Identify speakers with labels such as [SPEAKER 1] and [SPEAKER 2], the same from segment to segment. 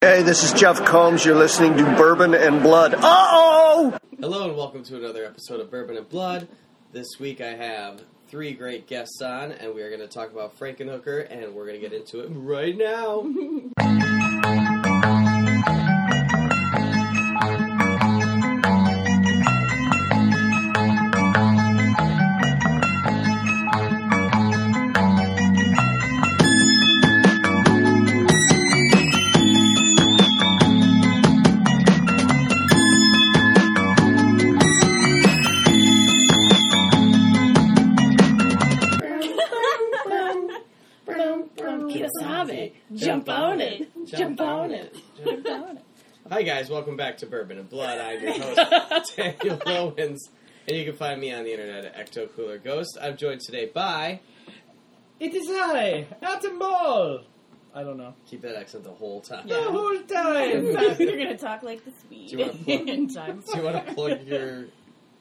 [SPEAKER 1] Hey, this is Jeff Combs. You're listening to Bourbon and Blood. Uh oh!
[SPEAKER 2] Hello and welcome to another episode of Bourbon and Blood. This week I have three great guests on, and we are going to talk about Frankenhooker, and we're going to get into it right now.
[SPEAKER 3] Get us on it. Jump on it. Jump on it.
[SPEAKER 2] Jump on it. Hi guys, welcome back to Bourbon and Blood. I'm your host Daniel Owens, and you can find me on the internet at Ecto Cooler Ghost. I'm joined today by
[SPEAKER 4] It is I, Atom Ball. I don't know.
[SPEAKER 2] keep that accent the whole time.
[SPEAKER 4] The whole time.
[SPEAKER 3] You're gonna talk like the Swede.
[SPEAKER 2] Do you wanna plug-
[SPEAKER 3] In time.
[SPEAKER 2] Do you want to plug your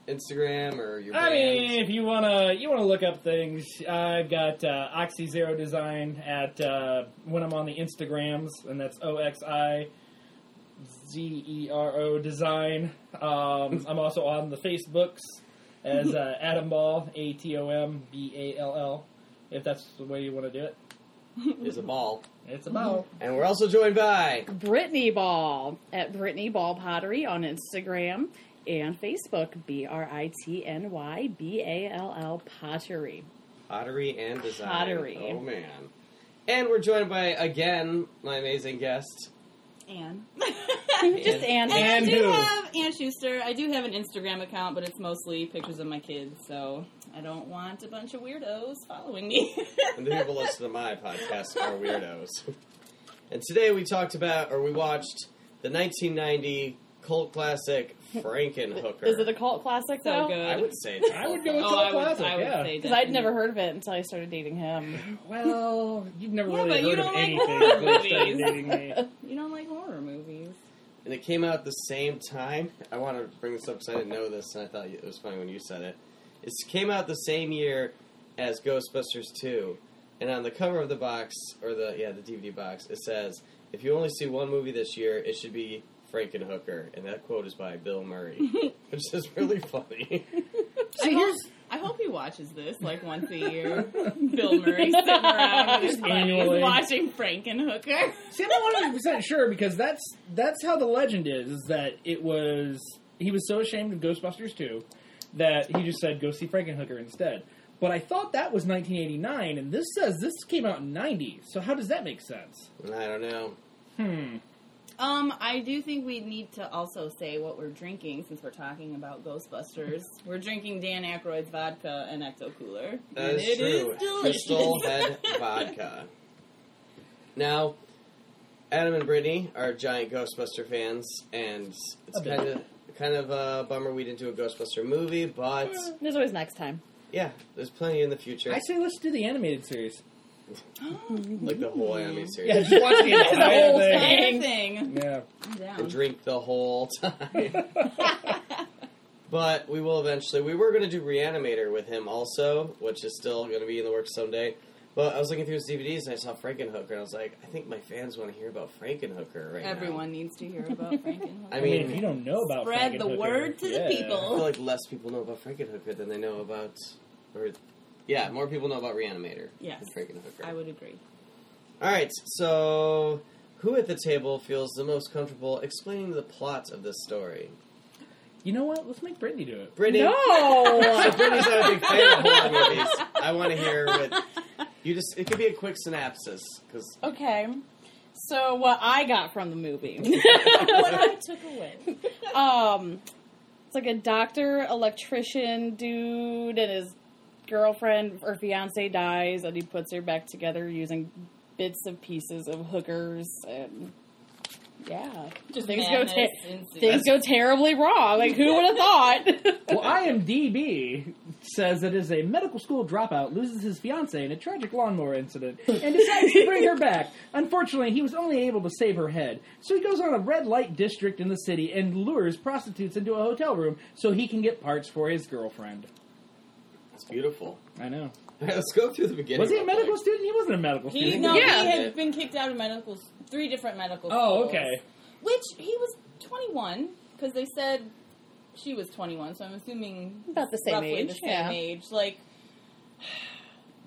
[SPEAKER 2] Instagram or your?
[SPEAKER 4] I mean,
[SPEAKER 2] brand?
[SPEAKER 4] if you wanna, you wanna look up things. I've got uh, Oxy Zero Design at uh, when I'm on the Instagrams, and that's O X I Z E R O Design. Um, I'm also on the Facebooks as uh, Atom Ball, A T O M B A L L. If that's the way you want to do it,
[SPEAKER 2] is a ball,
[SPEAKER 4] it's a ball.
[SPEAKER 2] and we're also joined by.
[SPEAKER 5] Brittany Ball at Brittany Ball Pottery on Instagram and Facebook. B R I T N Y B A L L Pottery.
[SPEAKER 2] Pottery and design.
[SPEAKER 5] Pottery.
[SPEAKER 2] Oh man. And we're joined by again my amazing guest.
[SPEAKER 3] Anne.
[SPEAKER 5] Just and,
[SPEAKER 3] And I do
[SPEAKER 4] who?
[SPEAKER 3] have Ann Schuster. I do have an Instagram account, but it's mostly pictures of my kids, so I don't want a bunch of weirdos following me.
[SPEAKER 2] And the people listen to my podcast are weirdos. And today we talked about or we watched the 1990 cult classic Frankenhooker.
[SPEAKER 5] Is it a cult classic
[SPEAKER 3] so
[SPEAKER 5] though?
[SPEAKER 2] I
[SPEAKER 3] good.
[SPEAKER 2] would say it's a
[SPEAKER 4] I
[SPEAKER 2] cult
[SPEAKER 4] would go with
[SPEAKER 3] oh,
[SPEAKER 4] all
[SPEAKER 3] I would,
[SPEAKER 4] classic.
[SPEAKER 3] I would
[SPEAKER 4] yeah.
[SPEAKER 3] say that.
[SPEAKER 5] Because I'd never heard of it until I started dating him.
[SPEAKER 4] Well, you've never
[SPEAKER 3] Yeah,
[SPEAKER 4] really
[SPEAKER 3] but
[SPEAKER 4] heard
[SPEAKER 3] you
[SPEAKER 4] of
[SPEAKER 3] don't like
[SPEAKER 4] anything
[SPEAKER 3] horror
[SPEAKER 4] until
[SPEAKER 3] movies.
[SPEAKER 4] you started dating me.
[SPEAKER 3] You don't like horror movies.
[SPEAKER 2] and it came out at the same time. I want to bring this up because I didn't know this, and I thought it was funny when you said it. It came out the same year as Ghostbusters 2, and on the cover of the box or the yeah the DVD box, it says, "If you only see one movie this year, it should be Frankenhooker," and that quote is by Bill Murray, which is really funny.
[SPEAKER 3] I, hope, I hope he watches this like once a year. Bill Murray sitting around with his buddies
[SPEAKER 4] Annually.
[SPEAKER 3] watching Frankenhooker.
[SPEAKER 4] See, I'm not 100 percent sure because that's that's how the legend is. Is that it was he was so ashamed of Ghostbusters 2 that he just said go see Frankenhooker instead. But I thought that was 1989, and this says this came out in 90. So how does that make sense?
[SPEAKER 2] And I don't know.
[SPEAKER 4] Hmm.
[SPEAKER 3] Um, I do think we need to also say what we're drinking since we're talking about Ghostbusters. We're drinking Dan Aykroyd's vodka and Ecto Cooler.
[SPEAKER 2] That
[SPEAKER 3] and
[SPEAKER 2] is
[SPEAKER 3] it is
[SPEAKER 2] true.
[SPEAKER 3] delicious.
[SPEAKER 2] Crystal Head Vodka. Now, Adam and Brittany are giant Ghostbuster fans, and it's
[SPEAKER 4] A bit.
[SPEAKER 2] kind of kind of a bummer we didn't do a Ghostbuster movie, but
[SPEAKER 5] There's always next time.
[SPEAKER 2] yeah, there's plenty in the future.
[SPEAKER 4] I say let's do the animated series.
[SPEAKER 2] like the whole anime
[SPEAKER 4] Yeah,
[SPEAKER 2] series,
[SPEAKER 4] just watch the entire
[SPEAKER 5] whole
[SPEAKER 3] Same
[SPEAKER 4] thing.
[SPEAKER 5] thing.
[SPEAKER 3] thing.
[SPEAKER 4] Yeah.
[SPEAKER 3] I'm
[SPEAKER 2] and
[SPEAKER 3] down.
[SPEAKER 2] drink the whole time. But we will eventually. We were going to do Reanimator with him also, which is still going to be in the works someday. But I was looking through his DVDs and I saw Frankenhooker, and I was like, I think my fans want to hear about Frankenhooker right now.
[SPEAKER 3] Everyone needs to hear about Frankenhooker.
[SPEAKER 2] I
[SPEAKER 4] I mean,
[SPEAKER 2] mean,
[SPEAKER 4] if you don't know about
[SPEAKER 3] Spread the
[SPEAKER 4] Frankenhooker,
[SPEAKER 3] word to the
[SPEAKER 4] yeah.
[SPEAKER 2] I feel
[SPEAKER 3] people.
[SPEAKER 2] like less people know about Frankenhooker than they know about, or yeah, more people know about Reanimator
[SPEAKER 3] Yes.
[SPEAKER 2] than Frankenhooker.
[SPEAKER 3] I would agree.
[SPEAKER 2] All right, so who at the table feels the most comfortable explaining the plot of this story?
[SPEAKER 4] You know what? Let's make Brittany do it.
[SPEAKER 2] Brittany.
[SPEAKER 5] No!
[SPEAKER 2] So Brittany's not a big fan of horror movies. I want to hear what you just. It could be a quick synopsis because
[SPEAKER 5] okay. So what I got from the movie.
[SPEAKER 3] what I took away.
[SPEAKER 5] um, it's like a doctor, electrician dude, and his girlfriend or fiance dies, and he puts her back together using bits and pieces of hookers, and yeah,
[SPEAKER 3] Just
[SPEAKER 5] things go
[SPEAKER 3] madness
[SPEAKER 5] ter-
[SPEAKER 3] ensues.
[SPEAKER 5] things go terribly wrong. Like who would have thought?
[SPEAKER 4] Well, IMDb says that as a medical school dropout loses his fiance in a tragic lawnmower incident and decides to bring her back. Unfortunately, he was only able to save her head, so he goes on a red light district in the city and lures prostitutes into a hotel room so he can get parts for his girlfriend.
[SPEAKER 2] it's beautiful.
[SPEAKER 4] I know.
[SPEAKER 2] right, let's go through the beginning.
[SPEAKER 4] Was he a
[SPEAKER 2] real
[SPEAKER 4] medical
[SPEAKER 2] quick.
[SPEAKER 4] student? He wasn't a medical
[SPEAKER 3] He,
[SPEAKER 4] student.
[SPEAKER 3] no,
[SPEAKER 5] Yeah.
[SPEAKER 3] he had been kicked out of medical, s- three different medical
[SPEAKER 4] Oh,
[SPEAKER 3] schools.
[SPEAKER 4] okay.
[SPEAKER 3] Which, he was 21, because they said she was 21, so I'm assuming
[SPEAKER 5] About the same
[SPEAKER 3] roughly
[SPEAKER 5] age.
[SPEAKER 3] the same
[SPEAKER 5] yeah.
[SPEAKER 3] age. Like,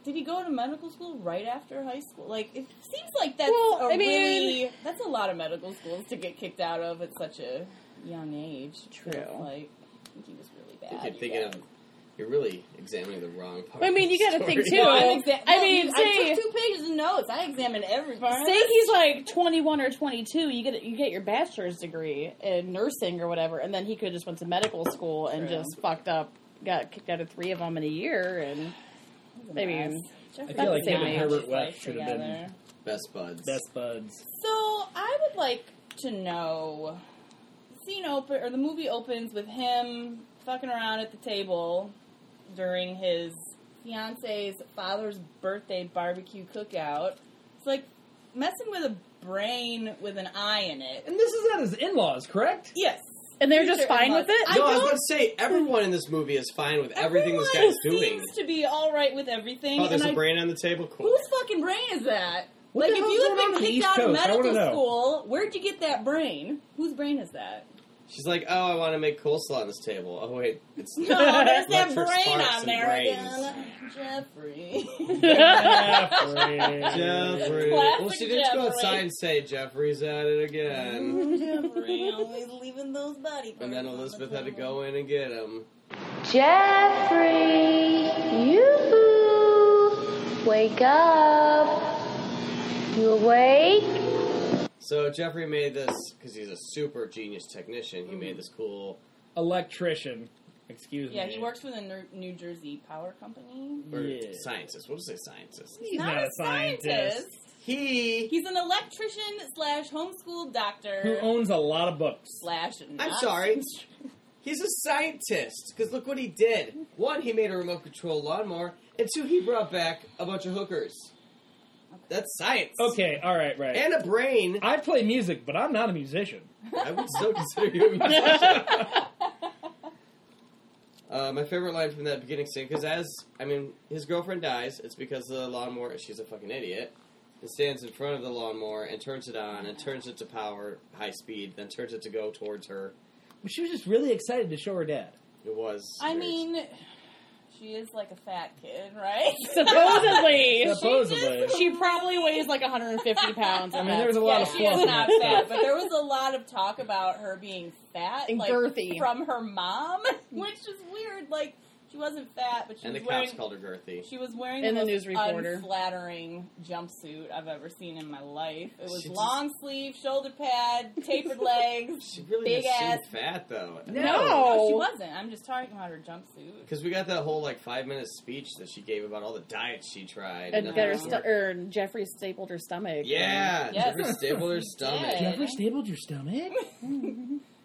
[SPEAKER 3] did he go to medical school right after high school? Like, it seems like that's
[SPEAKER 5] Well,
[SPEAKER 3] a
[SPEAKER 5] I mean-
[SPEAKER 3] really that's a lot of medical schools to get kicked out of at such a young age.
[SPEAKER 5] True.
[SPEAKER 3] It's Like, I think he was really
[SPEAKER 2] I
[SPEAKER 3] bad.
[SPEAKER 2] think You're thinking of. You're really examining the wrong part.
[SPEAKER 5] I mean,
[SPEAKER 2] of
[SPEAKER 5] you
[SPEAKER 2] the
[SPEAKER 5] gotta think,
[SPEAKER 2] story.
[SPEAKER 5] too.
[SPEAKER 3] No, I'm exa-
[SPEAKER 5] I
[SPEAKER 3] no,
[SPEAKER 5] mean,
[SPEAKER 3] I
[SPEAKER 5] say-
[SPEAKER 3] took two pages of notes. I examined every part.
[SPEAKER 5] Say he's like 21 or 22, you get you get your bachelor's degree in nursing or whatever, and then he could just went to medical school and
[SPEAKER 3] True.
[SPEAKER 5] just fucked up, got kicked out of three of them in a year, and I mean,
[SPEAKER 4] I
[SPEAKER 5] About
[SPEAKER 4] feel
[SPEAKER 5] the
[SPEAKER 4] like
[SPEAKER 5] same
[SPEAKER 4] him and
[SPEAKER 5] age.
[SPEAKER 4] Herbert West should have been
[SPEAKER 3] Together.
[SPEAKER 2] Best buds.
[SPEAKER 4] best buds.
[SPEAKER 3] So I would like to know. the Scene open or the movie opens with him fucking around at the table during his fiance's father's birthday barbecue cookout. It's like messing with a brain with an eye in it.
[SPEAKER 4] And this is at his in-laws, correct?
[SPEAKER 3] Yes,
[SPEAKER 5] and they're just
[SPEAKER 3] Future
[SPEAKER 5] fine with
[SPEAKER 3] in-laws.
[SPEAKER 5] it.
[SPEAKER 2] No, I, was about to say everyone in this movie is fine with everything this
[SPEAKER 3] Everyone
[SPEAKER 2] guy's doing.
[SPEAKER 3] seems to be all right with everything.
[SPEAKER 2] Oh, there's
[SPEAKER 3] and
[SPEAKER 2] a
[SPEAKER 3] I-
[SPEAKER 2] brain on the table. Cool.
[SPEAKER 3] Whose fucking brain is that?
[SPEAKER 4] What
[SPEAKER 3] like,
[SPEAKER 4] the
[SPEAKER 3] if
[SPEAKER 4] hell's
[SPEAKER 3] you
[SPEAKER 4] going on
[SPEAKER 3] had
[SPEAKER 4] in
[SPEAKER 3] been
[SPEAKER 4] the
[SPEAKER 3] kicked
[SPEAKER 4] East
[SPEAKER 3] out of
[SPEAKER 4] Coast? I wanna
[SPEAKER 3] medical
[SPEAKER 4] know.
[SPEAKER 3] school, whose where'd you get that brain? Whose brain is that?
[SPEAKER 2] She's like, "Oh, I want to make coleslaw on this table." Oh wait, it's
[SPEAKER 3] No, there's that
[SPEAKER 2] Electric
[SPEAKER 3] brain
[SPEAKER 2] sparks
[SPEAKER 3] on
[SPEAKER 2] and
[SPEAKER 3] there
[SPEAKER 2] brains.
[SPEAKER 3] again. Jeffrey.
[SPEAKER 2] Jeffrey.
[SPEAKER 4] Jeffrey.
[SPEAKER 2] Well, she
[SPEAKER 3] Classic
[SPEAKER 2] did go outside
[SPEAKER 3] Jeffrey.
[SPEAKER 2] and say, "Jeffrey's at it again,"
[SPEAKER 3] Jeffrey always leaving those body
[SPEAKER 2] and
[SPEAKER 3] parts
[SPEAKER 2] then
[SPEAKER 3] on the
[SPEAKER 2] Elizabeth had to
[SPEAKER 3] table.
[SPEAKER 2] go in and get him.
[SPEAKER 6] Jeffrey, you wake up. You awake?
[SPEAKER 2] So Jeffrey made this because he's a super genius technician. He made this cool.
[SPEAKER 4] Electrician. Excuse
[SPEAKER 3] Yeah,
[SPEAKER 4] me.
[SPEAKER 3] he works for the Ner- New Jersey Power Company.
[SPEAKER 2] Or
[SPEAKER 4] Yeah.
[SPEAKER 2] scientist. We'll just say scientist.
[SPEAKER 4] He's not, a scientist.
[SPEAKER 2] He.
[SPEAKER 3] He's an electrician slash homeschool doctor
[SPEAKER 4] Who owns a lot of books?
[SPEAKER 3] slash.
[SPEAKER 2] I'm
[SPEAKER 3] not-
[SPEAKER 2] sorry. He's a scientist because look what he did. One, he made a remote control lawnmower, and two, he brought back a bunch of hookers. That's science.
[SPEAKER 4] Okay, all right, right.
[SPEAKER 2] And a brain.
[SPEAKER 4] I play music, but I'm not a musician.
[SPEAKER 2] I would still consider you a musician. Uh, my favorite line from that beginning scene, because as I mean, his girlfriend dies. It's because the lawnmower. She's a fucking idiot. And stands in front of the lawnmower and turns it on and turns it to power high speed, then turns it to go towards her.
[SPEAKER 4] She was just really excited to show her dad.
[SPEAKER 2] It was.
[SPEAKER 3] I
[SPEAKER 2] very-
[SPEAKER 3] mean, she is like a fat kid, right?
[SPEAKER 5] Supposedly,
[SPEAKER 4] Supposedly.
[SPEAKER 5] she probably weighs like 150 pounds.
[SPEAKER 4] I mean,
[SPEAKER 5] and that's-
[SPEAKER 4] there was a lot
[SPEAKER 3] yeah,
[SPEAKER 4] of
[SPEAKER 3] she
[SPEAKER 4] fluff
[SPEAKER 3] is
[SPEAKER 4] in
[SPEAKER 3] not
[SPEAKER 4] that
[SPEAKER 3] fat,
[SPEAKER 4] stuff.
[SPEAKER 3] but there was a lot of talk about her being fat
[SPEAKER 5] And
[SPEAKER 3] like,
[SPEAKER 5] girthy.
[SPEAKER 3] from her mom, which is weird. Like she wasn't fat, but she
[SPEAKER 2] and the
[SPEAKER 3] was
[SPEAKER 2] cops
[SPEAKER 3] wearing
[SPEAKER 2] called her girthy.
[SPEAKER 3] she was wearing
[SPEAKER 5] And
[SPEAKER 3] the,
[SPEAKER 5] the
[SPEAKER 3] most
[SPEAKER 5] news reporter.
[SPEAKER 3] unflattering jumpsuit I've ever seen in my life. It was
[SPEAKER 2] She just-
[SPEAKER 3] long sleeve, shoulder pad, tapered legs.
[SPEAKER 2] She really
[SPEAKER 3] Big
[SPEAKER 2] just seemed
[SPEAKER 3] ass.
[SPEAKER 2] fat though.
[SPEAKER 3] she
[SPEAKER 5] No.
[SPEAKER 3] wasn't. I'm just talking about her jumpsuit.
[SPEAKER 2] Because we got that whole like five minute speech that she gave about all the diets she tried.
[SPEAKER 5] and
[SPEAKER 2] nothing
[SPEAKER 5] their
[SPEAKER 3] there's
[SPEAKER 2] worked.
[SPEAKER 5] st- or er, Jeffrey stapled her stomach.
[SPEAKER 2] yeah,
[SPEAKER 3] Yes.
[SPEAKER 2] Jeffrey stapled her
[SPEAKER 3] She
[SPEAKER 2] stomach.
[SPEAKER 3] did.
[SPEAKER 4] You ever stabled your stomach?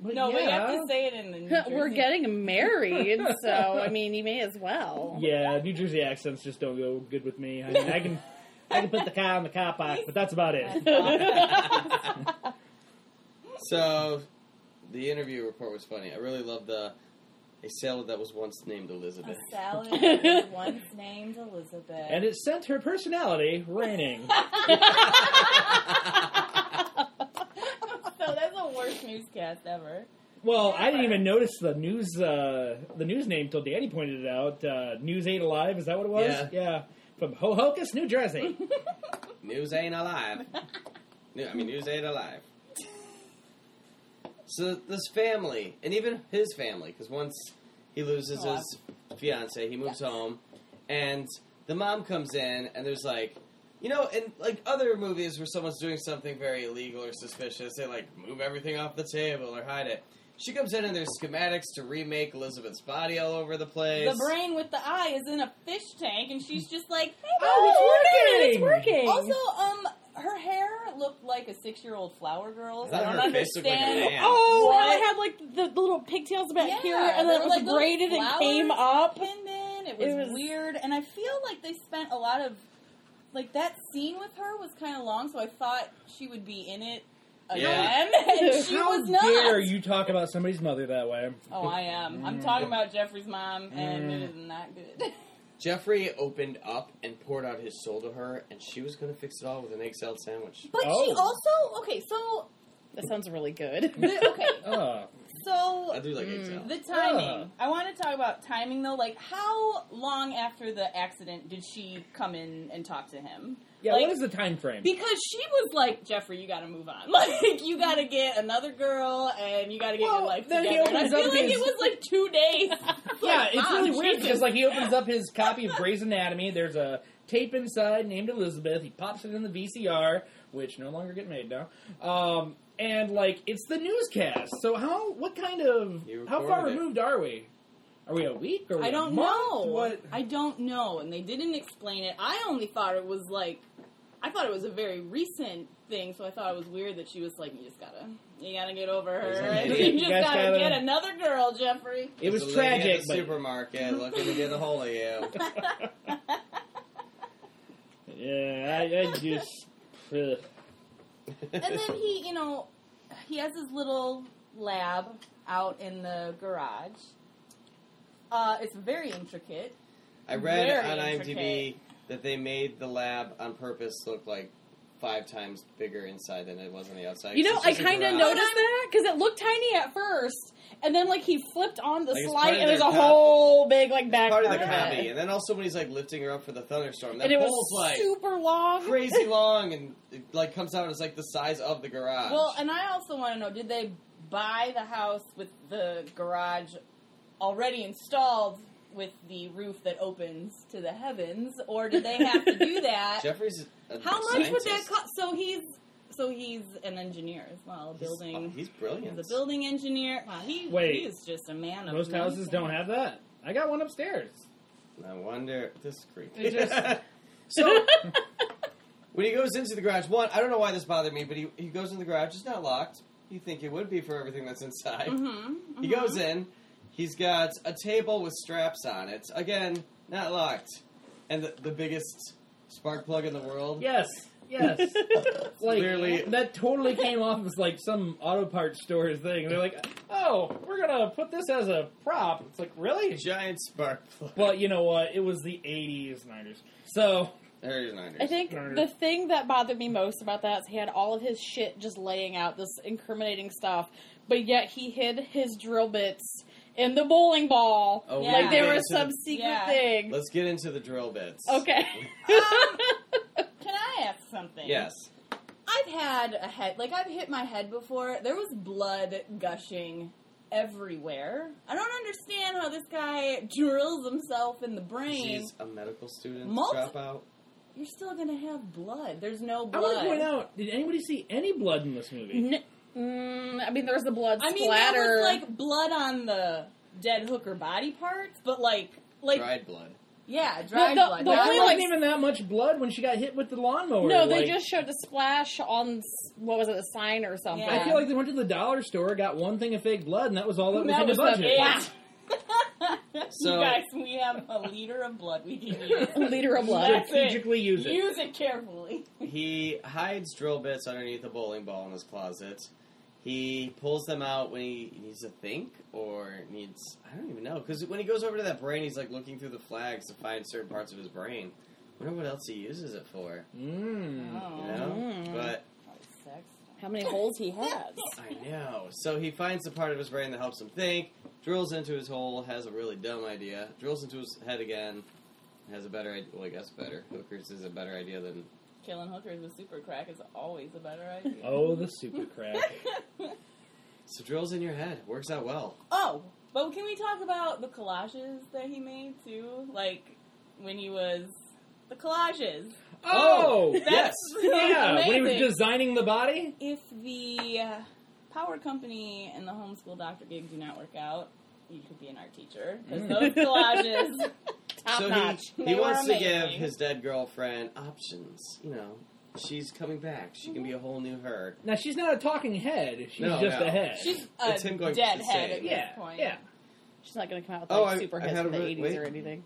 [SPEAKER 4] But
[SPEAKER 3] No, we have
[SPEAKER 4] yeah.
[SPEAKER 3] to say it in the New
[SPEAKER 5] We're
[SPEAKER 3] Jersey
[SPEAKER 5] getting married, so I mean, you may as well.
[SPEAKER 4] Yeah, New Jersey accents just don't go good with me. I mean, I can, I can put the car on the car park, but that's about it.
[SPEAKER 5] Oh,
[SPEAKER 2] So, the interview report was funny. I really loved the a salad that was once named Elizabeth.
[SPEAKER 3] A salad was once named Elizabeth.
[SPEAKER 4] And it sent her personality raining.
[SPEAKER 3] so that's the worst newscast ever.
[SPEAKER 4] Well, I didn't even notice the news, uh, the news name till Danny pointed it out. Uh, news Eight Alive, is that what it was?
[SPEAKER 2] Yeah.
[SPEAKER 4] From Hohokus, New Jersey.
[SPEAKER 2] News ain't alive. New- I mean, news ain't alive. So this family, and even his family, because once he loses
[SPEAKER 3] Oh,
[SPEAKER 2] his fiance, he moves home, and the mom comes in, and there's like, you know, in like other movies where someone's doing something very illegal or suspicious, they like move everything off the table or hide it. She comes in, and there's schematics to remake Elizabeth's body all over the place.
[SPEAKER 3] The brain with the eye is in a fish tank, and she's just like, hey,
[SPEAKER 4] Oh, it's
[SPEAKER 5] It's working.
[SPEAKER 3] Also, um, her hair looked like a six-year-old flower girl. So
[SPEAKER 2] I
[SPEAKER 3] I
[SPEAKER 2] thought
[SPEAKER 3] don't
[SPEAKER 2] her face looked like an
[SPEAKER 3] understand.
[SPEAKER 2] ant.
[SPEAKER 5] Oh,
[SPEAKER 3] What?
[SPEAKER 5] how it had like the, the little pigtails back
[SPEAKER 3] Yeah,
[SPEAKER 5] here, and
[SPEAKER 3] there
[SPEAKER 5] then
[SPEAKER 3] were,
[SPEAKER 5] it was
[SPEAKER 3] like, little
[SPEAKER 5] braided and came
[SPEAKER 3] flowers
[SPEAKER 5] up.
[SPEAKER 3] pinned in. It was,
[SPEAKER 5] It was-
[SPEAKER 3] weird, and I feel like they spent a lot of like that scene with her was kind of long, so I thought she would be in it
[SPEAKER 2] Yeah.
[SPEAKER 3] again, and she
[SPEAKER 4] How
[SPEAKER 3] was not.
[SPEAKER 4] dare you talk about somebody's mother that way? Mm.
[SPEAKER 3] Oh, I am. I'm talking about Jeffrey's mom, and it is not good.
[SPEAKER 2] Jeffrey opened up and poured out his soul to her, and she was going to fix it all with an egg salad sandwich.
[SPEAKER 3] But she
[SPEAKER 4] Oh.
[SPEAKER 3] also okay. So
[SPEAKER 5] That sounds really good.
[SPEAKER 3] the, okay,
[SPEAKER 4] Oh,
[SPEAKER 2] I
[SPEAKER 3] so
[SPEAKER 2] do like egg salad.
[SPEAKER 3] the timing.
[SPEAKER 4] Yeah.
[SPEAKER 3] I want to talk about timing though. Like, how long after the accident did she come in and talk to him?
[SPEAKER 4] yeah.
[SPEAKER 3] Like-
[SPEAKER 4] what is the time frame?
[SPEAKER 3] Because she was like, Jeffrey, you gotta move on. Like, you gotta get another girl and you gotta get your
[SPEAKER 4] Well,
[SPEAKER 3] life
[SPEAKER 4] then
[SPEAKER 3] together.
[SPEAKER 4] he
[SPEAKER 3] And I
[SPEAKER 4] opens
[SPEAKER 3] feel
[SPEAKER 4] up
[SPEAKER 3] like
[SPEAKER 4] his-
[SPEAKER 3] it was like two days.
[SPEAKER 4] yeah,
[SPEAKER 3] Like,
[SPEAKER 4] it's
[SPEAKER 3] Mom,
[SPEAKER 4] really weird
[SPEAKER 3] Jesus.
[SPEAKER 4] because like he opens up his copy of Grey's Anatomy. There's a tape inside named Elizabeth. He pops it in the VCR, which no longer get made now. Um, and like it's the newscast. So how? What kind of?
[SPEAKER 2] You
[SPEAKER 4] How far
[SPEAKER 2] recorded it.
[SPEAKER 4] removed are we? Are we a week or
[SPEAKER 3] I
[SPEAKER 4] a
[SPEAKER 3] don't
[SPEAKER 4] month?
[SPEAKER 3] know.
[SPEAKER 4] What?
[SPEAKER 3] I don't know, and they didn't explain it. I only thought it was like, I thought it was a very recent thing, so I thought it was weird that she was like, "You just gotta, you gotta get over her,
[SPEAKER 2] There's an
[SPEAKER 3] and
[SPEAKER 2] idiot.
[SPEAKER 3] you just
[SPEAKER 4] You guys
[SPEAKER 3] gotta
[SPEAKER 4] gotta-
[SPEAKER 3] get another girl, Jeffrey."
[SPEAKER 4] It was
[SPEAKER 2] There's a lady at
[SPEAKER 4] tragic,
[SPEAKER 2] the
[SPEAKER 4] but
[SPEAKER 2] supermarket looking to get a hold of you.
[SPEAKER 4] yeah, I, I just. ugh.
[SPEAKER 3] And then he, you know, he has his little lab out in the garage. Uh, it's very intricate.
[SPEAKER 2] I read
[SPEAKER 3] Very
[SPEAKER 2] on IMDb that they made the lab on purpose look like five times bigger inside than it was on the outside.
[SPEAKER 5] You know,
[SPEAKER 2] It's
[SPEAKER 5] I
[SPEAKER 2] just a
[SPEAKER 5] kind of
[SPEAKER 2] garage.
[SPEAKER 5] noticed that because it looked tiny at first, and then like he flipped on the
[SPEAKER 2] Like, it's part
[SPEAKER 5] slide,
[SPEAKER 2] of
[SPEAKER 5] and there's a
[SPEAKER 2] their co-
[SPEAKER 5] whole big like back
[SPEAKER 2] part of the
[SPEAKER 5] part of
[SPEAKER 2] comedy.
[SPEAKER 5] it.
[SPEAKER 2] And then also when he's like lifting her up for the thunderstorm, that
[SPEAKER 5] and it
[SPEAKER 2] pole's
[SPEAKER 5] was
[SPEAKER 2] like
[SPEAKER 5] super long.
[SPEAKER 2] crazy long and it like comes out as like the size of the garage.
[SPEAKER 3] Well, and I also want to know: Did they buy the house with the garage already installed with the roof that opens to the heavens, or did they have to do that?
[SPEAKER 2] Jeffrey's a
[SPEAKER 3] How much would that
[SPEAKER 2] scientist.
[SPEAKER 3] cost? So he's so he's an engineer as well, a building.
[SPEAKER 2] He's, oh, he's brilliant.
[SPEAKER 3] The building engineer. Wow, he,
[SPEAKER 4] Wait.
[SPEAKER 3] he is just a man of
[SPEAKER 4] Most
[SPEAKER 3] many
[SPEAKER 4] houses don't
[SPEAKER 3] things.
[SPEAKER 4] have that. I got one upstairs.
[SPEAKER 2] I wonder. This is creepy.
[SPEAKER 4] It just-
[SPEAKER 2] so when he goes into the garage, one, I don't know why this bothered me, but he, he goes in the garage. It's not locked. You think it would be for everything that's inside.
[SPEAKER 3] Mhm,
[SPEAKER 2] He
[SPEAKER 3] mhm.
[SPEAKER 2] goes in. He's got a table with straps on it. Again, not locked. And the, the biggest spark plug in the world.
[SPEAKER 4] Yes, yes. like
[SPEAKER 2] Clearly-
[SPEAKER 4] that totally came off as like some auto parts store thing. They're like, oh, we're gonna put this as a prop. It's like really.
[SPEAKER 2] Giant spark plug.
[SPEAKER 4] But you know what? It was the '80s, '90s. So
[SPEAKER 2] There is Niners.
[SPEAKER 5] I think
[SPEAKER 4] Nerd.
[SPEAKER 5] the thing that bothered me most about that is he had all of his shit just laying out, this incriminating stuff, but yet he hid his drill bits in the bowling ball.
[SPEAKER 2] Oh,
[SPEAKER 3] Yeah.
[SPEAKER 5] Like
[SPEAKER 2] get
[SPEAKER 5] there was
[SPEAKER 2] into
[SPEAKER 5] some
[SPEAKER 2] the-
[SPEAKER 5] secret
[SPEAKER 3] Yeah.
[SPEAKER 5] thing.
[SPEAKER 2] Let's get into the drill bits.
[SPEAKER 5] Okay. Um,
[SPEAKER 3] Can I ask something?
[SPEAKER 2] Yes.
[SPEAKER 3] I've had a head, like I've hit my head before. There was blood gushing everywhere. I don't understand how this guy drills himself in the brain.
[SPEAKER 2] She's a medical student
[SPEAKER 3] Multi-
[SPEAKER 2] dropout.
[SPEAKER 3] You're still gonna have blood. There's no
[SPEAKER 4] I want
[SPEAKER 3] blood.
[SPEAKER 4] to point out: Did anybody see any blood in this movie?
[SPEAKER 5] N- mm, I mean, there was the blood
[SPEAKER 3] I mean,
[SPEAKER 5] splatter.
[SPEAKER 3] there was like blood on the dead hooker body parts, but like, like
[SPEAKER 2] Dried blood.
[SPEAKER 3] yeah, dried
[SPEAKER 5] the-
[SPEAKER 3] blood.
[SPEAKER 5] the
[SPEAKER 3] not
[SPEAKER 4] There
[SPEAKER 5] only,
[SPEAKER 3] like-
[SPEAKER 4] wasn't even that much blood when she got hit with the lawnmower.
[SPEAKER 5] no, they
[SPEAKER 4] like-
[SPEAKER 5] just showed a splash on s- what was it, a sign or something.
[SPEAKER 3] Yeah.
[SPEAKER 4] I feel like they went to the dollar store, got one thing of fake blood, and that was all that was
[SPEAKER 3] That
[SPEAKER 4] in
[SPEAKER 3] was
[SPEAKER 4] the
[SPEAKER 3] the
[SPEAKER 4] budget.
[SPEAKER 3] big-
[SPEAKER 5] Wow.
[SPEAKER 2] So-
[SPEAKER 3] you guys, we have a liter of blood we can use.
[SPEAKER 5] a liter of blood.
[SPEAKER 3] That's it.
[SPEAKER 4] Strategically use it.
[SPEAKER 3] Use it carefully.
[SPEAKER 2] He hides drill bits underneath a bowling ball in his closet. He pulls them out when he needs to think or needs. I don't even know. Because when he goes over to that brain, he's like looking through the flags to find certain parts of his brain. wonder what else he uses it for.
[SPEAKER 4] Mm.
[SPEAKER 2] You
[SPEAKER 3] Oh,
[SPEAKER 2] know?
[SPEAKER 5] Mm.
[SPEAKER 2] But
[SPEAKER 3] sex.
[SPEAKER 5] How many holes he has?
[SPEAKER 2] I know. So he finds the part of his brain that helps him think, drills into his hole, has a really dumb idea, drills into his head again, has a better idea. Well, I guess better. Hookers is a better idea than.
[SPEAKER 3] Killing hookers with super crack is always a better idea.
[SPEAKER 4] Oh, the super crack.
[SPEAKER 2] So drills in your head. Works out well.
[SPEAKER 3] Oh, but can we talk about the collages that he made too? Like when he was the collages.
[SPEAKER 4] Oh,
[SPEAKER 2] yes.
[SPEAKER 4] yeah. When he was
[SPEAKER 3] amazing.
[SPEAKER 4] designing the body,
[SPEAKER 3] If the uh, power company and the homeschool doctor gig do not work out, you could be an art teacher because those collages.
[SPEAKER 5] Top
[SPEAKER 2] Mm. so
[SPEAKER 5] notch.
[SPEAKER 2] He,
[SPEAKER 3] They
[SPEAKER 2] he
[SPEAKER 3] were
[SPEAKER 2] wants to give
[SPEAKER 3] amazing.
[SPEAKER 2] his dead girlfriend options. You know, she's coming back. She can be a whole new her.
[SPEAKER 4] now she's not a talking head; she's
[SPEAKER 2] No,
[SPEAKER 4] just
[SPEAKER 2] no.
[SPEAKER 4] a head.
[SPEAKER 3] She's a
[SPEAKER 2] It's him going
[SPEAKER 3] deadhead
[SPEAKER 2] to say,
[SPEAKER 3] at this
[SPEAKER 4] yeah,
[SPEAKER 3] point.
[SPEAKER 4] yeah.
[SPEAKER 5] She's not going to come out with
[SPEAKER 2] Oh,
[SPEAKER 5] like,
[SPEAKER 2] I-
[SPEAKER 5] super
[SPEAKER 2] I
[SPEAKER 5] hits
[SPEAKER 2] had
[SPEAKER 5] from
[SPEAKER 2] a
[SPEAKER 5] the
[SPEAKER 2] really-
[SPEAKER 5] 80s
[SPEAKER 2] wait.
[SPEAKER 5] or anything.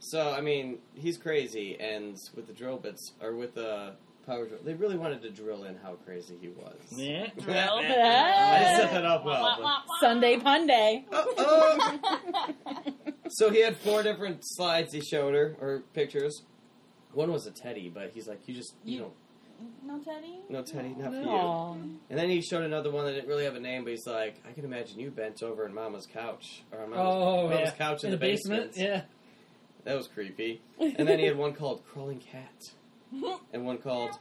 [SPEAKER 2] So I mean, he's crazy, and with the drill bits or with the power drill, they really wanted to drill in how crazy he was.
[SPEAKER 4] Yeah.
[SPEAKER 3] Well,
[SPEAKER 2] I set that up well.
[SPEAKER 3] Wah, wah,
[SPEAKER 2] but-
[SPEAKER 3] wah, wah.
[SPEAKER 5] Sunday Punday.
[SPEAKER 2] Uh-oh. So he had four different slides he showed her or pictures. One was a teddy, but he's like, you just you,
[SPEAKER 3] You-
[SPEAKER 2] don't
[SPEAKER 3] No Teddy?
[SPEAKER 2] no teddy, not for you.
[SPEAKER 5] Aw.
[SPEAKER 2] And then he showed another one that didn't really have a name, but he's like, I can imagine you bent over in Mama's couch or on Mama's,
[SPEAKER 4] Oh,
[SPEAKER 2] Mama's
[SPEAKER 4] yeah.
[SPEAKER 2] couch in,
[SPEAKER 4] in the basement. Yeah.
[SPEAKER 2] That was creepy. And then he had one called Crawling Cat, and one called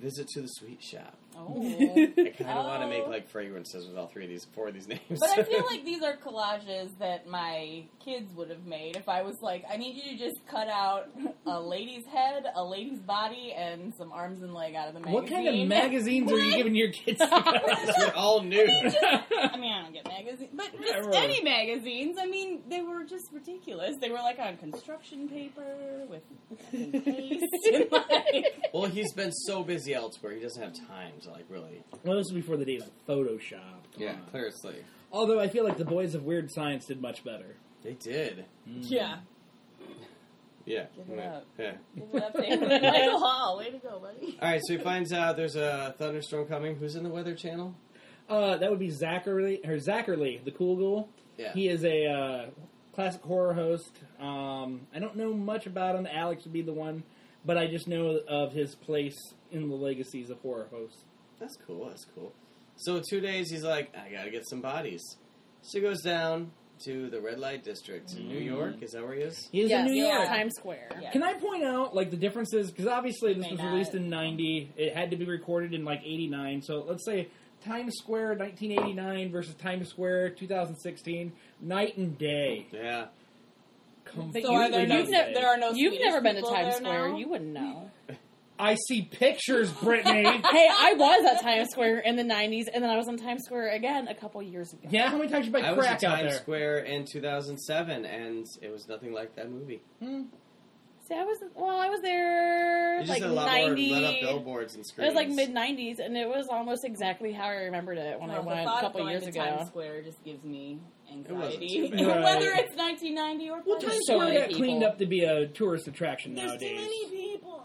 [SPEAKER 2] Visit to the Sweet Shop.
[SPEAKER 3] Oh.
[SPEAKER 2] I kind of want to make
[SPEAKER 3] Oh.
[SPEAKER 2] like fragrances with all three of these, four of these names.
[SPEAKER 3] But I feel like these are collages that my kids would have made if I was like, I need you to just cut out a lady's head, a lady's body, and some arms and leg out of the magazine.
[SPEAKER 4] What kind of magazines are you
[SPEAKER 3] What?
[SPEAKER 4] giving your kids?
[SPEAKER 2] These were all new.
[SPEAKER 3] I mean, I don't get magazines, but just
[SPEAKER 4] Whatever.
[SPEAKER 3] any magazines. I mean, they were just ridiculous. They were like on construction paper with fucking paste and like.
[SPEAKER 2] well, he's been so busy elsewhere, he doesn't have time to like really.
[SPEAKER 4] well, this is before the days of Photoshop. Come
[SPEAKER 2] Yeah,
[SPEAKER 4] on.
[SPEAKER 2] clear as slate.
[SPEAKER 4] Although I feel like the boys of Weird Science did much better.
[SPEAKER 2] They did.
[SPEAKER 5] Mm.
[SPEAKER 3] Yeah,
[SPEAKER 2] Yeah.
[SPEAKER 3] Give it up.
[SPEAKER 2] Yeah.
[SPEAKER 3] give it up to him. Michael Hall. Way to go, buddy.
[SPEAKER 2] All right, so he finds out there's a thunderstorm coming. Who's in the Weather Channel?
[SPEAKER 4] Uh, that would be Zachary or Zachary, the cool ghoul.
[SPEAKER 2] Yeah.
[SPEAKER 4] He is a uh, classic horror host. Um, I don't know much about him. Alex would be the one, but I just know of his place in the legacies of horror hosts.
[SPEAKER 2] That's cool. That's cool. So two days, he's like, I gotta get some bodies. So he goes down to the red light district in New York. Is that where he is?
[SPEAKER 4] He is
[SPEAKER 5] Yes,
[SPEAKER 4] in New York.
[SPEAKER 3] yeah.
[SPEAKER 5] Times Square.
[SPEAKER 3] Yeah.
[SPEAKER 4] Can I point out like the differences? Because obviously this
[SPEAKER 3] May
[SPEAKER 4] was
[SPEAKER 3] not.
[SPEAKER 4] released in '90. It had to be recorded in like '89. So let's say Times Square 1989 versus Times Square 2016, night and day.
[SPEAKER 2] Yeah.
[SPEAKER 4] Completely
[SPEAKER 5] So are there
[SPEAKER 4] night
[SPEAKER 5] no-
[SPEAKER 4] and
[SPEAKER 5] you've
[SPEAKER 4] day.
[SPEAKER 5] ne-
[SPEAKER 3] there are no.
[SPEAKER 5] You've
[SPEAKER 3] Swedish
[SPEAKER 5] never been to
[SPEAKER 3] people
[SPEAKER 5] Times
[SPEAKER 3] there
[SPEAKER 5] Square.
[SPEAKER 3] now?
[SPEAKER 5] You wouldn't know.
[SPEAKER 4] I see pictures, Brittany.
[SPEAKER 5] hey, I was at Times Square in the 90s, and then I was in Times Square again a couple years ago.
[SPEAKER 4] yeah, how many times you buy
[SPEAKER 2] I was at
[SPEAKER 4] crack out
[SPEAKER 2] Times
[SPEAKER 4] there?
[SPEAKER 2] Square in 2007, and it was nothing like that movie.
[SPEAKER 5] See, I was, well, I was there
[SPEAKER 2] You just
[SPEAKER 5] like
[SPEAKER 2] had a lot more let up
[SPEAKER 5] 90. It
[SPEAKER 2] billboards and screens.
[SPEAKER 5] was like mid 90s, and it was almost exactly how I remembered it when
[SPEAKER 3] No,
[SPEAKER 5] I
[SPEAKER 3] the
[SPEAKER 5] went
[SPEAKER 3] thought
[SPEAKER 5] a
[SPEAKER 3] of
[SPEAKER 5] couple
[SPEAKER 3] going
[SPEAKER 5] years
[SPEAKER 3] to
[SPEAKER 5] ago.
[SPEAKER 3] Times Square just gives me
[SPEAKER 2] It
[SPEAKER 3] anxiety.
[SPEAKER 4] wasn't too bad.
[SPEAKER 3] Whether
[SPEAKER 4] Right.
[SPEAKER 3] it's 1990 or
[SPEAKER 4] Well,
[SPEAKER 3] present.
[SPEAKER 4] Times
[SPEAKER 5] so
[SPEAKER 4] Square
[SPEAKER 5] many
[SPEAKER 4] got cleaned up to be a tourist attraction
[SPEAKER 3] There's too
[SPEAKER 4] nowadays.
[SPEAKER 3] many people.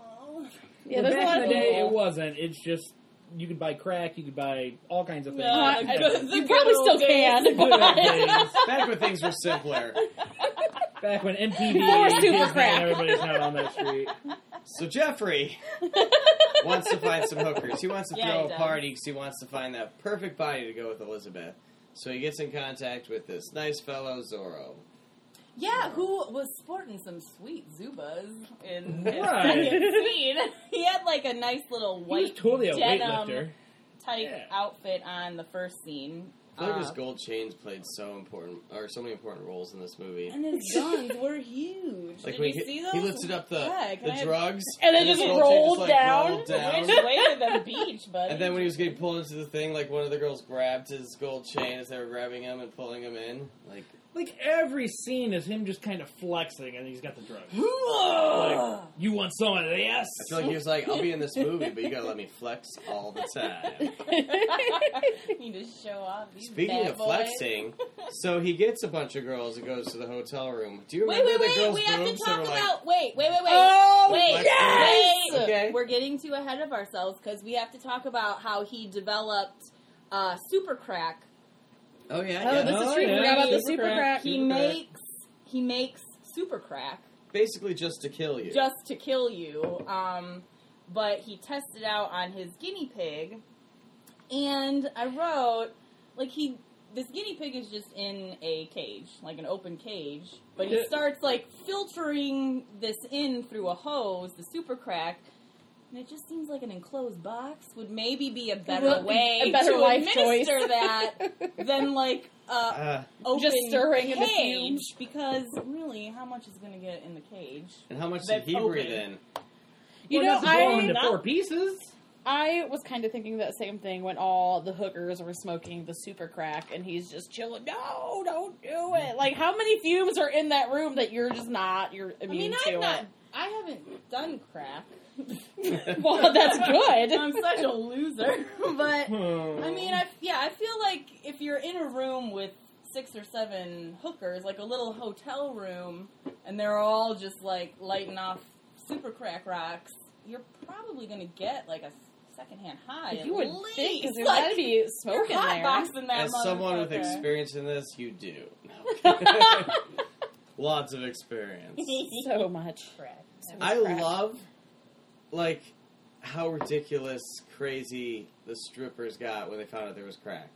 [SPEAKER 5] Yeah,
[SPEAKER 4] But
[SPEAKER 5] there's a
[SPEAKER 4] back
[SPEAKER 5] lot
[SPEAKER 4] in
[SPEAKER 5] of
[SPEAKER 4] the day,
[SPEAKER 5] people.
[SPEAKER 4] it wasn't. It's just you could buy crack, you could buy all kinds of things.
[SPEAKER 5] Uh,
[SPEAKER 3] No,
[SPEAKER 5] I-
[SPEAKER 3] the good- the
[SPEAKER 5] you
[SPEAKER 3] good
[SPEAKER 5] probably
[SPEAKER 3] old
[SPEAKER 5] still
[SPEAKER 3] days.
[SPEAKER 5] can.
[SPEAKER 4] Good old
[SPEAKER 5] but-
[SPEAKER 4] days.
[SPEAKER 2] Back when things were simpler.
[SPEAKER 4] Back when MTV
[SPEAKER 5] Before
[SPEAKER 4] Disney,
[SPEAKER 5] Super Crack.
[SPEAKER 4] everybody's out on that street.
[SPEAKER 2] So Jeffrey wants to find some hookers. He wants to
[SPEAKER 3] Yeah, he
[SPEAKER 2] throw a
[SPEAKER 3] does.
[SPEAKER 2] party because he wants to find that perfect body to go with Elizabeth. So he gets in contact with this nice fellow Zorro.
[SPEAKER 3] Yeah, who was sporting some sweet Zubas in his
[SPEAKER 4] Right.
[SPEAKER 3] scene. He had like a nice little
[SPEAKER 4] He was
[SPEAKER 3] white
[SPEAKER 4] totally a
[SPEAKER 5] um,
[SPEAKER 4] weightlifter.
[SPEAKER 3] denim type
[SPEAKER 4] Yeah.
[SPEAKER 3] outfit on the first scene.
[SPEAKER 2] I feel like his
[SPEAKER 3] Uh,
[SPEAKER 2] gold chains played so important, or so many important roles in this movie.
[SPEAKER 3] and his guns were huge.
[SPEAKER 2] Like
[SPEAKER 3] Did
[SPEAKER 2] when
[SPEAKER 3] you
[SPEAKER 2] he,
[SPEAKER 3] see those?
[SPEAKER 2] he lifted up the,
[SPEAKER 3] Yeah, can
[SPEAKER 2] the
[SPEAKER 3] I have-
[SPEAKER 2] drugs
[SPEAKER 5] And then
[SPEAKER 2] his
[SPEAKER 5] just
[SPEAKER 2] gold chain
[SPEAKER 5] rolled down.
[SPEAKER 2] rolled down.
[SPEAKER 3] Which way to the beach, buddy?
[SPEAKER 2] And then when he was getting pulled into the thing, like one of the girls grabbed his gold chain as they were grabbing him and pulling him in. Like
[SPEAKER 4] Like every scene is him just kind of flexing, and he's got the drugs. You want some of this?
[SPEAKER 2] I feel like he was like, "I'll be in this movie, but you gotta let me flex all the time."
[SPEAKER 3] he just show off. These
[SPEAKER 2] Speaking
[SPEAKER 3] bad
[SPEAKER 2] of
[SPEAKER 3] boys.
[SPEAKER 2] flexing, so he gets a bunch of girls and goes to the hotel room. Do you
[SPEAKER 3] Wait,
[SPEAKER 2] remember
[SPEAKER 3] wait,
[SPEAKER 2] the
[SPEAKER 3] wait!
[SPEAKER 2] girls'
[SPEAKER 3] We have to
[SPEAKER 2] boobs that
[SPEAKER 3] talk
[SPEAKER 2] were
[SPEAKER 3] about. Wait, wait, wait, wait!
[SPEAKER 5] Oh,
[SPEAKER 3] wait,
[SPEAKER 2] yes!
[SPEAKER 3] wait!
[SPEAKER 2] Okay.
[SPEAKER 3] We're getting too ahead of ourselves because we have to talk about how he developed uh, super crack.
[SPEAKER 2] like, "Oh yeah,
[SPEAKER 5] Oh,
[SPEAKER 2] yeah."
[SPEAKER 5] this
[SPEAKER 4] Oh,
[SPEAKER 5] is true.
[SPEAKER 4] yeah.
[SPEAKER 5] Forgot about the
[SPEAKER 3] Supercrack.
[SPEAKER 5] super crack.
[SPEAKER 3] He
[SPEAKER 2] Super crack.
[SPEAKER 3] makes he makes super crack
[SPEAKER 2] basically just to kill you.
[SPEAKER 3] just to kill you. Um, but he tested out on his guinea pig, and I wrote like he this guinea pig is just in a cage, like an open cage, but he
[SPEAKER 4] Yeah.
[SPEAKER 3] starts like filtering this in through a hose, the super crack. And it just seems like an enclosed box would maybe be a better
[SPEAKER 5] Well,
[SPEAKER 3] way,
[SPEAKER 5] a better
[SPEAKER 3] to
[SPEAKER 5] life choice.
[SPEAKER 3] administer that than like a
[SPEAKER 2] Uh,
[SPEAKER 3] open
[SPEAKER 5] Just stirring
[SPEAKER 3] cage
[SPEAKER 5] in the fumes.
[SPEAKER 3] because really, how much is going to get in the cage?
[SPEAKER 2] and how much did
[SPEAKER 3] That's
[SPEAKER 2] he
[SPEAKER 3] open.
[SPEAKER 2] breathe in?
[SPEAKER 5] You
[SPEAKER 4] Well,
[SPEAKER 5] know,
[SPEAKER 4] doesn't blow
[SPEAKER 5] I
[SPEAKER 4] into four pieces.
[SPEAKER 5] I was kind of thinking that same thing when all the hookers were smoking the super crack, and he's just chilling. No, don't do it. Like, how many fumes are in that room that you're just not you're
[SPEAKER 3] I mean, um,
[SPEAKER 5] immune
[SPEAKER 3] I've
[SPEAKER 5] to
[SPEAKER 3] not. I haven't done crack.
[SPEAKER 5] it? Well, that's
[SPEAKER 3] I'm
[SPEAKER 5] good.
[SPEAKER 3] such a loser. but
[SPEAKER 4] I
[SPEAKER 3] I mean, I yeah, I feel like if you're in a room with six or seven hookers, like a little hotel room, and they're all just like lighting off super crack rocks, you're probably gonna get like a secondhand high.
[SPEAKER 5] you
[SPEAKER 3] at
[SPEAKER 5] would
[SPEAKER 3] least.
[SPEAKER 5] think because there's
[SPEAKER 3] Like,
[SPEAKER 5] got to be smoke
[SPEAKER 3] you're
[SPEAKER 5] in there.
[SPEAKER 3] hotboxing that
[SPEAKER 2] As someone with
[SPEAKER 3] motherfucker.
[SPEAKER 2] experience in this, you do. lots of experience.
[SPEAKER 5] so much.
[SPEAKER 7] Correct.
[SPEAKER 2] I love like how ridiculous, crazy the strippers got when they found out there was crack.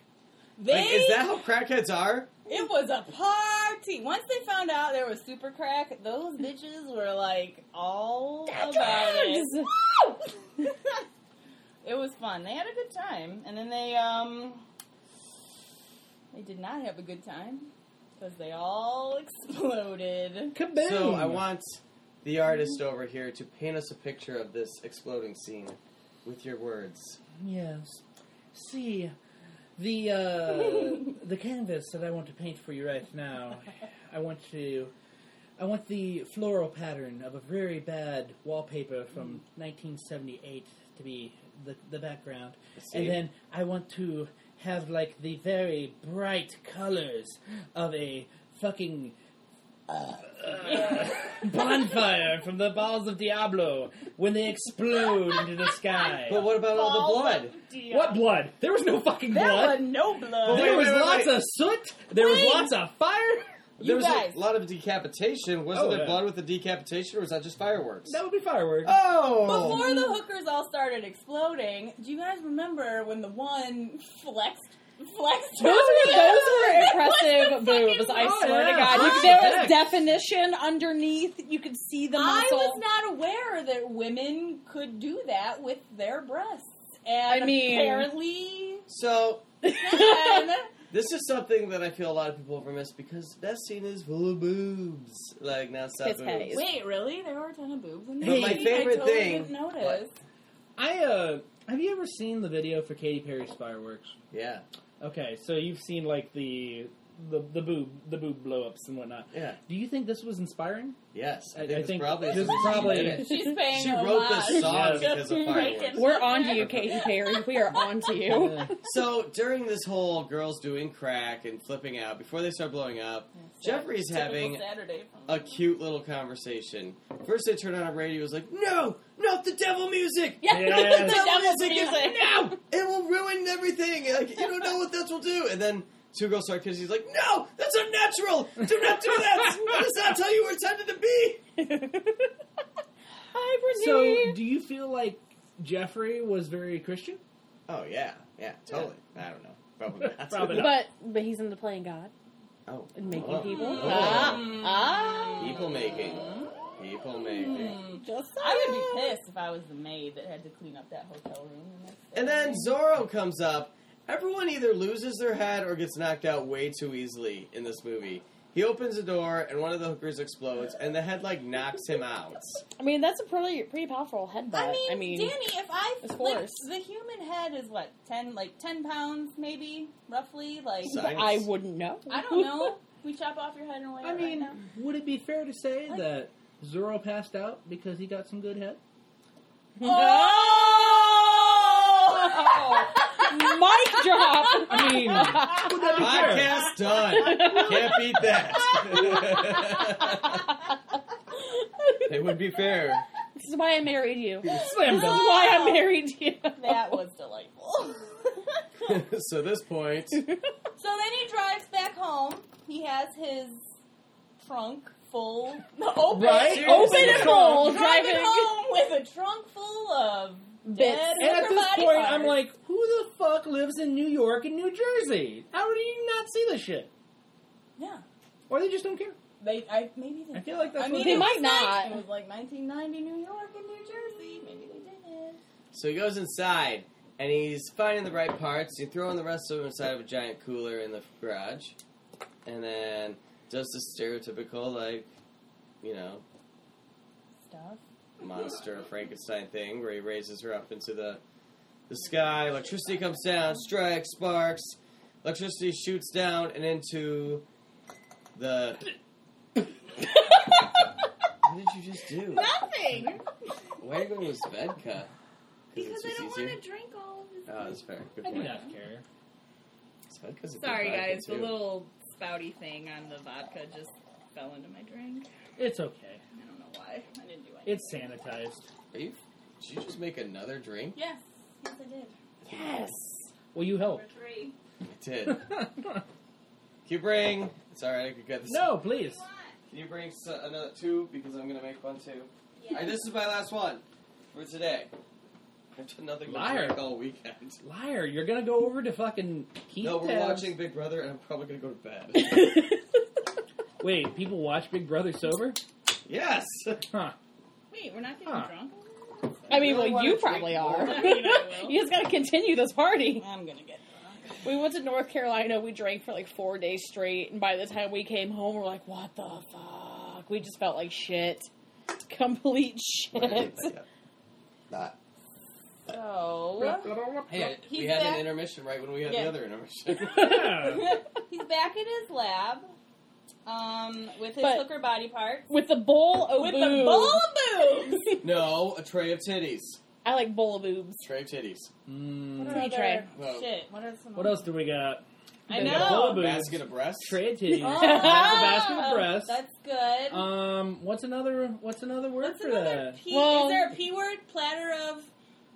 [SPEAKER 3] They,
[SPEAKER 2] Like, is that how crackheads are?
[SPEAKER 3] it was a party. Once they found out there was super crack, those bitches were like all about it.
[SPEAKER 5] Drugs!
[SPEAKER 3] it was fun. They had a good time, and then they um they did not have a good time because they all exploded.
[SPEAKER 4] Kaboom!
[SPEAKER 2] So I want the artist over here to paint us a picture of this exploding scene with your words.
[SPEAKER 4] Yes. See, the uh, the canvas that I want to paint for you right now, I want to, I want the floral pattern of a very bad wallpaper
[SPEAKER 2] Mm.
[SPEAKER 4] from 1978 to be the the background,
[SPEAKER 2] see.
[SPEAKER 4] and then I want to have like the very bright colors of a fucking. Uh, bonfire from the balls of Diablo when they explode into the sky.
[SPEAKER 2] But what about all the blood?
[SPEAKER 4] What blood? There was no fucking
[SPEAKER 3] There
[SPEAKER 4] blood.
[SPEAKER 3] was no blood.
[SPEAKER 2] Wait,
[SPEAKER 4] There was
[SPEAKER 2] wait, wait,
[SPEAKER 4] lots
[SPEAKER 2] wait.
[SPEAKER 4] of soot. There
[SPEAKER 3] Wait.
[SPEAKER 4] was lots of fire.
[SPEAKER 2] there
[SPEAKER 3] You
[SPEAKER 2] was
[SPEAKER 3] guys,
[SPEAKER 2] a lot of decapitation. Wasn't
[SPEAKER 4] Oh,
[SPEAKER 2] there
[SPEAKER 4] yeah.
[SPEAKER 2] blood with the decapitation, or was that just fireworks?
[SPEAKER 4] That would be fireworks.
[SPEAKER 2] Oh,
[SPEAKER 3] before the hookers all started exploding, do you guys remember when the one flexed? Flexed
[SPEAKER 5] Those
[SPEAKER 3] her
[SPEAKER 5] were, those were
[SPEAKER 3] boobs?
[SPEAKER 5] impressive boobs. I
[SPEAKER 4] fucking
[SPEAKER 5] swear to
[SPEAKER 4] wrong?
[SPEAKER 5] God,
[SPEAKER 4] Yeah,
[SPEAKER 5] you,
[SPEAKER 4] what
[SPEAKER 5] could- there
[SPEAKER 4] the
[SPEAKER 5] was
[SPEAKER 4] heck?
[SPEAKER 5] definition underneath. You could see the
[SPEAKER 3] I
[SPEAKER 5] muscle.
[SPEAKER 3] was not aware that women could do that with their breasts. And
[SPEAKER 5] I mean-
[SPEAKER 3] apparently,
[SPEAKER 2] so
[SPEAKER 3] men
[SPEAKER 2] this is something that I feel a lot of people overmiss because that scene is full of boobs, like not stop
[SPEAKER 5] Kiss
[SPEAKER 2] boobs.
[SPEAKER 5] face.
[SPEAKER 3] Wait, really? There were a ton of boobs in
[SPEAKER 4] But
[SPEAKER 3] there.
[SPEAKER 4] my
[SPEAKER 3] I
[SPEAKER 2] favorite
[SPEAKER 3] totally
[SPEAKER 2] thing-
[SPEAKER 3] didn't notice.
[SPEAKER 4] I uh, have you ever seen the video for Katy Perry's fireworks?
[SPEAKER 2] Yeah,
[SPEAKER 4] Okay, so you've seen like the the the boob the boob blowups and whatnot.
[SPEAKER 2] yeah,
[SPEAKER 4] Do you think this was inspiring?
[SPEAKER 2] yes. I
[SPEAKER 4] I-
[SPEAKER 2] think,
[SPEAKER 4] I
[SPEAKER 2] it's
[SPEAKER 4] think
[SPEAKER 2] probably
[SPEAKER 4] this is
[SPEAKER 2] something she
[SPEAKER 4] probably-
[SPEAKER 2] did it.
[SPEAKER 3] She's paying
[SPEAKER 2] She
[SPEAKER 3] homage.
[SPEAKER 2] wrote this song
[SPEAKER 4] Yeah.
[SPEAKER 2] because of fireworks.
[SPEAKER 5] We're on to you, Katy Perry. We are on to you.
[SPEAKER 4] Uh,
[SPEAKER 2] So during this whole girls doing crack and flipping out before they start blowing up, Jeffrey's
[SPEAKER 3] Typical
[SPEAKER 2] having
[SPEAKER 3] Saturday.
[SPEAKER 2] a cute little conversation. First, they turn on a radio. Is like, no, not the devil music.
[SPEAKER 3] Yeah,
[SPEAKER 4] Yeah.
[SPEAKER 3] the
[SPEAKER 4] The
[SPEAKER 3] devil
[SPEAKER 2] devil's
[SPEAKER 3] music.
[SPEAKER 2] music. No, it will ruin everything. Like, you don't know what this will do. And then two girls start kissing. He's like, no, that's unnatural. Do not do that. That is not how you were intended to be.
[SPEAKER 5] Hi,
[SPEAKER 4] so, do you feel like Jeffrey was very Christian?
[SPEAKER 2] Oh yeah, yeah, totally. I don't know. Probably not.
[SPEAKER 4] Probably not.
[SPEAKER 5] But but he's into playing God
[SPEAKER 2] Oh,
[SPEAKER 5] and making
[SPEAKER 2] Oh.
[SPEAKER 5] people.
[SPEAKER 3] Mm.
[SPEAKER 2] Oh.
[SPEAKER 5] Ah,
[SPEAKER 2] people making, people making.
[SPEAKER 5] ah, just
[SPEAKER 3] I would be pissed if I was the maid that had to clean up that hotel room. the next
[SPEAKER 2] And
[SPEAKER 3] day.
[SPEAKER 2] then Zorro comes up. Everyone either loses their head or gets knocked out way too easily in this movie. He opens the door and one of the hookers explodes, and the head like knocks him out.
[SPEAKER 5] I mean, that's a pretty pretty powerful headbutt.
[SPEAKER 3] I mean, Danny, if I
[SPEAKER 5] It's
[SPEAKER 3] like
[SPEAKER 5] force.
[SPEAKER 3] the human head is what ten, like ten pounds, maybe roughly. Like
[SPEAKER 2] So-
[SPEAKER 5] I wouldn't know.
[SPEAKER 3] I don't know. We chop off your head and weigh
[SPEAKER 4] I
[SPEAKER 3] it
[SPEAKER 4] mean,
[SPEAKER 3] right now.
[SPEAKER 4] would it be fair to say that Zorro passed out because he got some good head?
[SPEAKER 3] Oh!
[SPEAKER 5] Mic drop.
[SPEAKER 4] I mean, would that be fair?
[SPEAKER 2] Podcast done. Can't beat that. it would be fair.
[SPEAKER 5] This is why I married you. This
[SPEAKER 4] Slam
[SPEAKER 5] is
[SPEAKER 4] dunk.
[SPEAKER 5] why I married you.
[SPEAKER 3] that was delightful.
[SPEAKER 2] so this point,
[SPEAKER 3] so then he drives back home. He has his trunk full, no, open,
[SPEAKER 4] Right?
[SPEAKER 5] Open
[SPEAKER 2] Seriously.
[SPEAKER 5] and full,
[SPEAKER 3] driving
[SPEAKER 5] driving.
[SPEAKER 3] home with a trunk full of
[SPEAKER 5] Bits.
[SPEAKER 3] dead
[SPEAKER 4] And at
[SPEAKER 3] upper
[SPEAKER 4] this
[SPEAKER 3] body
[SPEAKER 4] point,
[SPEAKER 3] parts.
[SPEAKER 4] I'm like, who the fuck lives in New York and New Jersey? How do you not see this shit?
[SPEAKER 3] yeah.
[SPEAKER 4] Or they just don't care.
[SPEAKER 3] They, I maybe they.
[SPEAKER 4] I feel like that's
[SPEAKER 3] I
[SPEAKER 4] what
[SPEAKER 3] mean,
[SPEAKER 4] they
[SPEAKER 3] it
[SPEAKER 5] might
[SPEAKER 3] was
[SPEAKER 5] not.
[SPEAKER 3] Like, it was like 1990 New York and New Jersey. Maybe they did it.
[SPEAKER 2] so he goes inside and he's finding the right parts. He's throwing the rest of them inside of a giant cooler in the garage, and then does the stereotypical like, you know,
[SPEAKER 3] Stuff.
[SPEAKER 2] monster Frankenstein thing where he raises her up into the the sky. Electricity comes down, strikes, sparks. Electricity shoots down and into the. what did you just do?
[SPEAKER 3] Nothing.
[SPEAKER 2] Why are you going with Svedka?
[SPEAKER 3] because I don't want
[SPEAKER 2] easier.
[SPEAKER 3] to drink all. This.
[SPEAKER 2] Oh, that's fair. Good
[SPEAKER 4] I do
[SPEAKER 2] point.
[SPEAKER 4] not care.
[SPEAKER 2] Svedka's a good
[SPEAKER 3] Sorry,
[SPEAKER 2] vodka,
[SPEAKER 3] guys. The
[SPEAKER 2] too.
[SPEAKER 3] little spouty thing on the vodka just fell into my drink.
[SPEAKER 4] It's okay.
[SPEAKER 3] I don't know why. I didn't do anything.
[SPEAKER 4] It's sanitized.
[SPEAKER 2] Are you? Did you just make another drink?
[SPEAKER 3] Yes. Yes, I did.
[SPEAKER 5] Yes.
[SPEAKER 4] Will you help?
[SPEAKER 3] For three.
[SPEAKER 2] I did. Keep ring. It's alright. I could get this.
[SPEAKER 4] no, please.
[SPEAKER 2] Can you bring s- another two? Because I'm gonna make one too.
[SPEAKER 3] Yeah.
[SPEAKER 2] I, this is my last one for today. I've done nothing but
[SPEAKER 4] Liar.
[SPEAKER 2] drink all weekend.
[SPEAKER 4] Liar, you're gonna go over to fucking Keith
[SPEAKER 2] No, we're
[SPEAKER 4] Tabs.
[SPEAKER 2] watching Big Brother, and I'm probably gonna go to bed.
[SPEAKER 4] Wait, people watch Big Brother sober?
[SPEAKER 2] yes.
[SPEAKER 4] Huh.
[SPEAKER 3] Wait, we're not getting
[SPEAKER 4] Huh.
[SPEAKER 3] drunk?
[SPEAKER 5] I mean,
[SPEAKER 2] really
[SPEAKER 5] well,
[SPEAKER 2] wanna
[SPEAKER 5] you
[SPEAKER 2] drink
[SPEAKER 5] probably
[SPEAKER 2] more.
[SPEAKER 5] are.
[SPEAKER 3] I mean, I will.
[SPEAKER 5] you just got to continue this party.
[SPEAKER 3] I'm gonna get drunk.
[SPEAKER 5] We went to North Carolina. We drank for like four days straight, and by the time we came home, we're like, "What the fuck?" We just felt like shit, complete shit.
[SPEAKER 2] Not.
[SPEAKER 5] So
[SPEAKER 2] Hey,
[SPEAKER 3] He's
[SPEAKER 2] we had
[SPEAKER 3] back.
[SPEAKER 2] an intermission right when we had
[SPEAKER 3] Yeah.
[SPEAKER 2] the other intermission.
[SPEAKER 4] Yeah.
[SPEAKER 3] He's back in his lab um, with his
[SPEAKER 5] But-
[SPEAKER 3] hooker body parts.
[SPEAKER 5] with the bowl of
[SPEAKER 3] With
[SPEAKER 5] boobs,
[SPEAKER 3] the bowl of boobs!
[SPEAKER 2] no, a tray of titties.
[SPEAKER 5] I like bowl of boobs.
[SPEAKER 2] Tray of titties.
[SPEAKER 4] Mm.
[SPEAKER 5] Tea tray.
[SPEAKER 2] Well,
[SPEAKER 3] Shit, what are some
[SPEAKER 4] What else do we got?
[SPEAKER 3] I
[SPEAKER 4] We got bowl of
[SPEAKER 3] know.
[SPEAKER 4] boobs.
[SPEAKER 2] basket of breasts.
[SPEAKER 4] Tray of titties.
[SPEAKER 3] Oh,
[SPEAKER 4] That's a basket of breasts.
[SPEAKER 3] That's good.
[SPEAKER 4] Um, what's another? What's another word
[SPEAKER 3] What's
[SPEAKER 4] for
[SPEAKER 3] another
[SPEAKER 4] that?
[SPEAKER 3] P?
[SPEAKER 5] Well-
[SPEAKER 3] is there a P word? Platter of.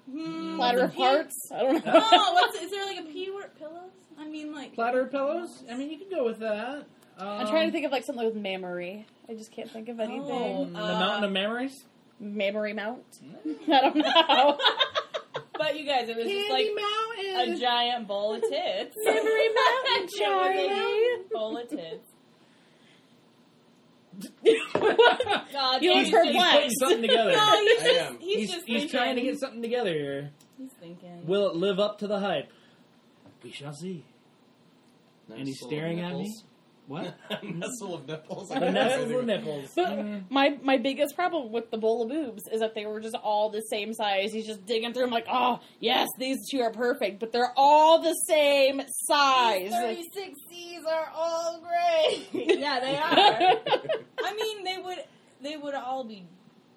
[SPEAKER 3] Hmm,
[SPEAKER 5] Platter
[SPEAKER 3] what's a
[SPEAKER 5] of
[SPEAKER 3] P?
[SPEAKER 5] hearts. I don't know.
[SPEAKER 3] No, Oh, what's, is there like a P word? Pillows? I mean, like.
[SPEAKER 4] Platter of pillows. I mean, you can go with that. Um,
[SPEAKER 5] I'm trying to think of like something with memory. I just can't think of anything.
[SPEAKER 3] Oh.
[SPEAKER 4] Um, The
[SPEAKER 3] Uh,
[SPEAKER 4] mountain of memories.
[SPEAKER 5] Memory mount. I don't know.
[SPEAKER 3] But you guys, it was just like a
[SPEAKER 4] mountain.
[SPEAKER 3] giant bowl of tits.
[SPEAKER 5] Memory mountain,
[SPEAKER 3] It was a
[SPEAKER 5] Charlie.
[SPEAKER 3] Bowl of tits. Oh,
[SPEAKER 5] You
[SPEAKER 3] Dave's
[SPEAKER 5] look her
[SPEAKER 3] just-
[SPEAKER 5] black.
[SPEAKER 4] Putting something together.
[SPEAKER 3] No, he's
[SPEAKER 2] I
[SPEAKER 3] just,
[SPEAKER 2] am.
[SPEAKER 3] He's,
[SPEAKER 4] he's
[SPEAKER 3] just
[SPEAKER 4] he's
[SPEAKER 3] thinking.
[SPEAKER 4] trying to get something together here.
[SPEAKER 3] He's thinking.
[SPEAKER 4] Will it live up to the hype? We shall see.
[SPEAKER 2] Nice
[SPEAKER 4] And he's
[SPEAKER 2] little
[SPEAKER 4] staring at me?
[SPEAKER 2] nipples.
[SPEAKER 4] What?
[SPEAKER 2] Nestle of nipples.
[SPEAKER 4] the nipples are nipples.
[SPEAKER 5] But
[SPEAKER 4] Mm.
[SPEAKER 3] Mm-hmm.
[SPEAKER 5] my my biggest problem with the bowl of boobs is that they were just all the same size. He's just digging through them like, oh yes, these two are perfect, but they're all the same size. Like,
[SPEAKER 3] C's are all great. yeah, they are. I mean, they would they would all be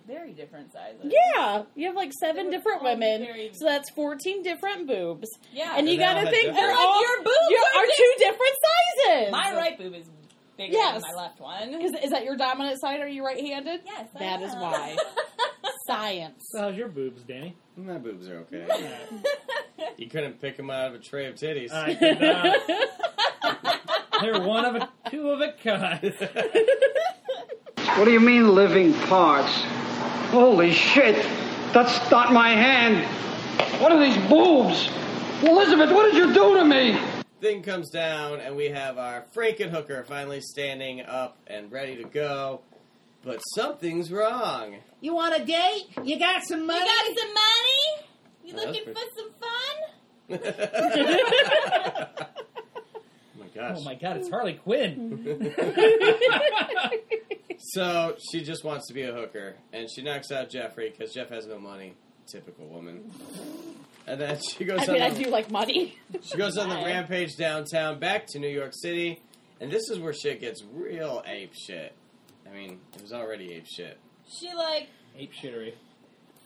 [SPEAKER 3] very different sizes.
[SPEAKER 5] yeah, you have like
[SPEAKER 3] They
[SPEAKER 5] seven
[SPEAKER 3] were
[SPEAKER 5] different
[SPEAKER 3] all
[SPEAKER 5] women,
[SPEAKER 3] very-
[SPEAKER 5] so that's fourteen different boobs,
[SPEAKER 3] yeah.
[SPEAKER 5] and you
[SPEAKER 2] And they all
[SPEAKER 5] gotta
[SPEAKER 2] had
[SPEAKER 5] think
[SPEAKER 2] different-
[SPEAKER 5] they're
[SPEAKER 3] Like,
[SPEAKER 5] all
[SPEAKER 3] your boobs
[SPEAKER 5] you-
[SPEAKER 3] are
[SPEAKER 5] are two different sizes.
[SPEAKER 3] my right boob is bigger
[SPEAKER 5] Yes.
[SPEAKER 3] than my left one.
[SPEAKER 5] is, is that your dominant side? Are you right-handed?
[SPEAKER 3] Yes, I am.
[SPEAKER 5] that is why science.
[SPEAKER 4] So how's your boobs, Danny?
[SPEAKER 2] My boobs are okay. you couldn't pick them out of a tray of titties.
[SPEAKER 4] I did
[SPEAKER 3] uh,
[SPEAKER 4] not. They're one of a two of a kind.
[SPEAKER 7] What do you mean living parts? Holy shit! That's not my hand. What are these boobs? Elizabeth, what did you do to me?
[SPEAKER 2] Thing comes down, and we have our Frankenhooker finally standing up and ready to go. But something's wrong.
[SPEAKER 8] You want a date? You got some
[SPEAKER 3] You
[SPEAKER 8] money?
[SPEAKER 3] got some money? You
[SPEAKER 2] Yeah, that's
[SPEAKER 3] looking for
[SPEAKER 2] pretty-
[SPEAKER 3] some
[SPEAKER 2] oh
[SPEAKER 3] fun?
[SPEAKER 2] my gosh.
[SPEAKER 4] Oh my god, it's Harley Quinn.
[SPEAKER 2] So she just wants to be a hooker, and she knocks out Jeffrey because Jeff has no money. Typical woman. And then she goes
[SPEAKER 5] I
[SPEAKER 2] on
[SPEAKER 5] mean, I
[SPEAKER 2] the-
[SPEAKER 5] do like money.
[SPEAKER 2] She goes on the rampage downtown, back to New York City, and this is where shit gets real ape shit. I mean, it was already ape shit.
[SPEAKER 3] She like
[SPEAKER 4] Ape shittery.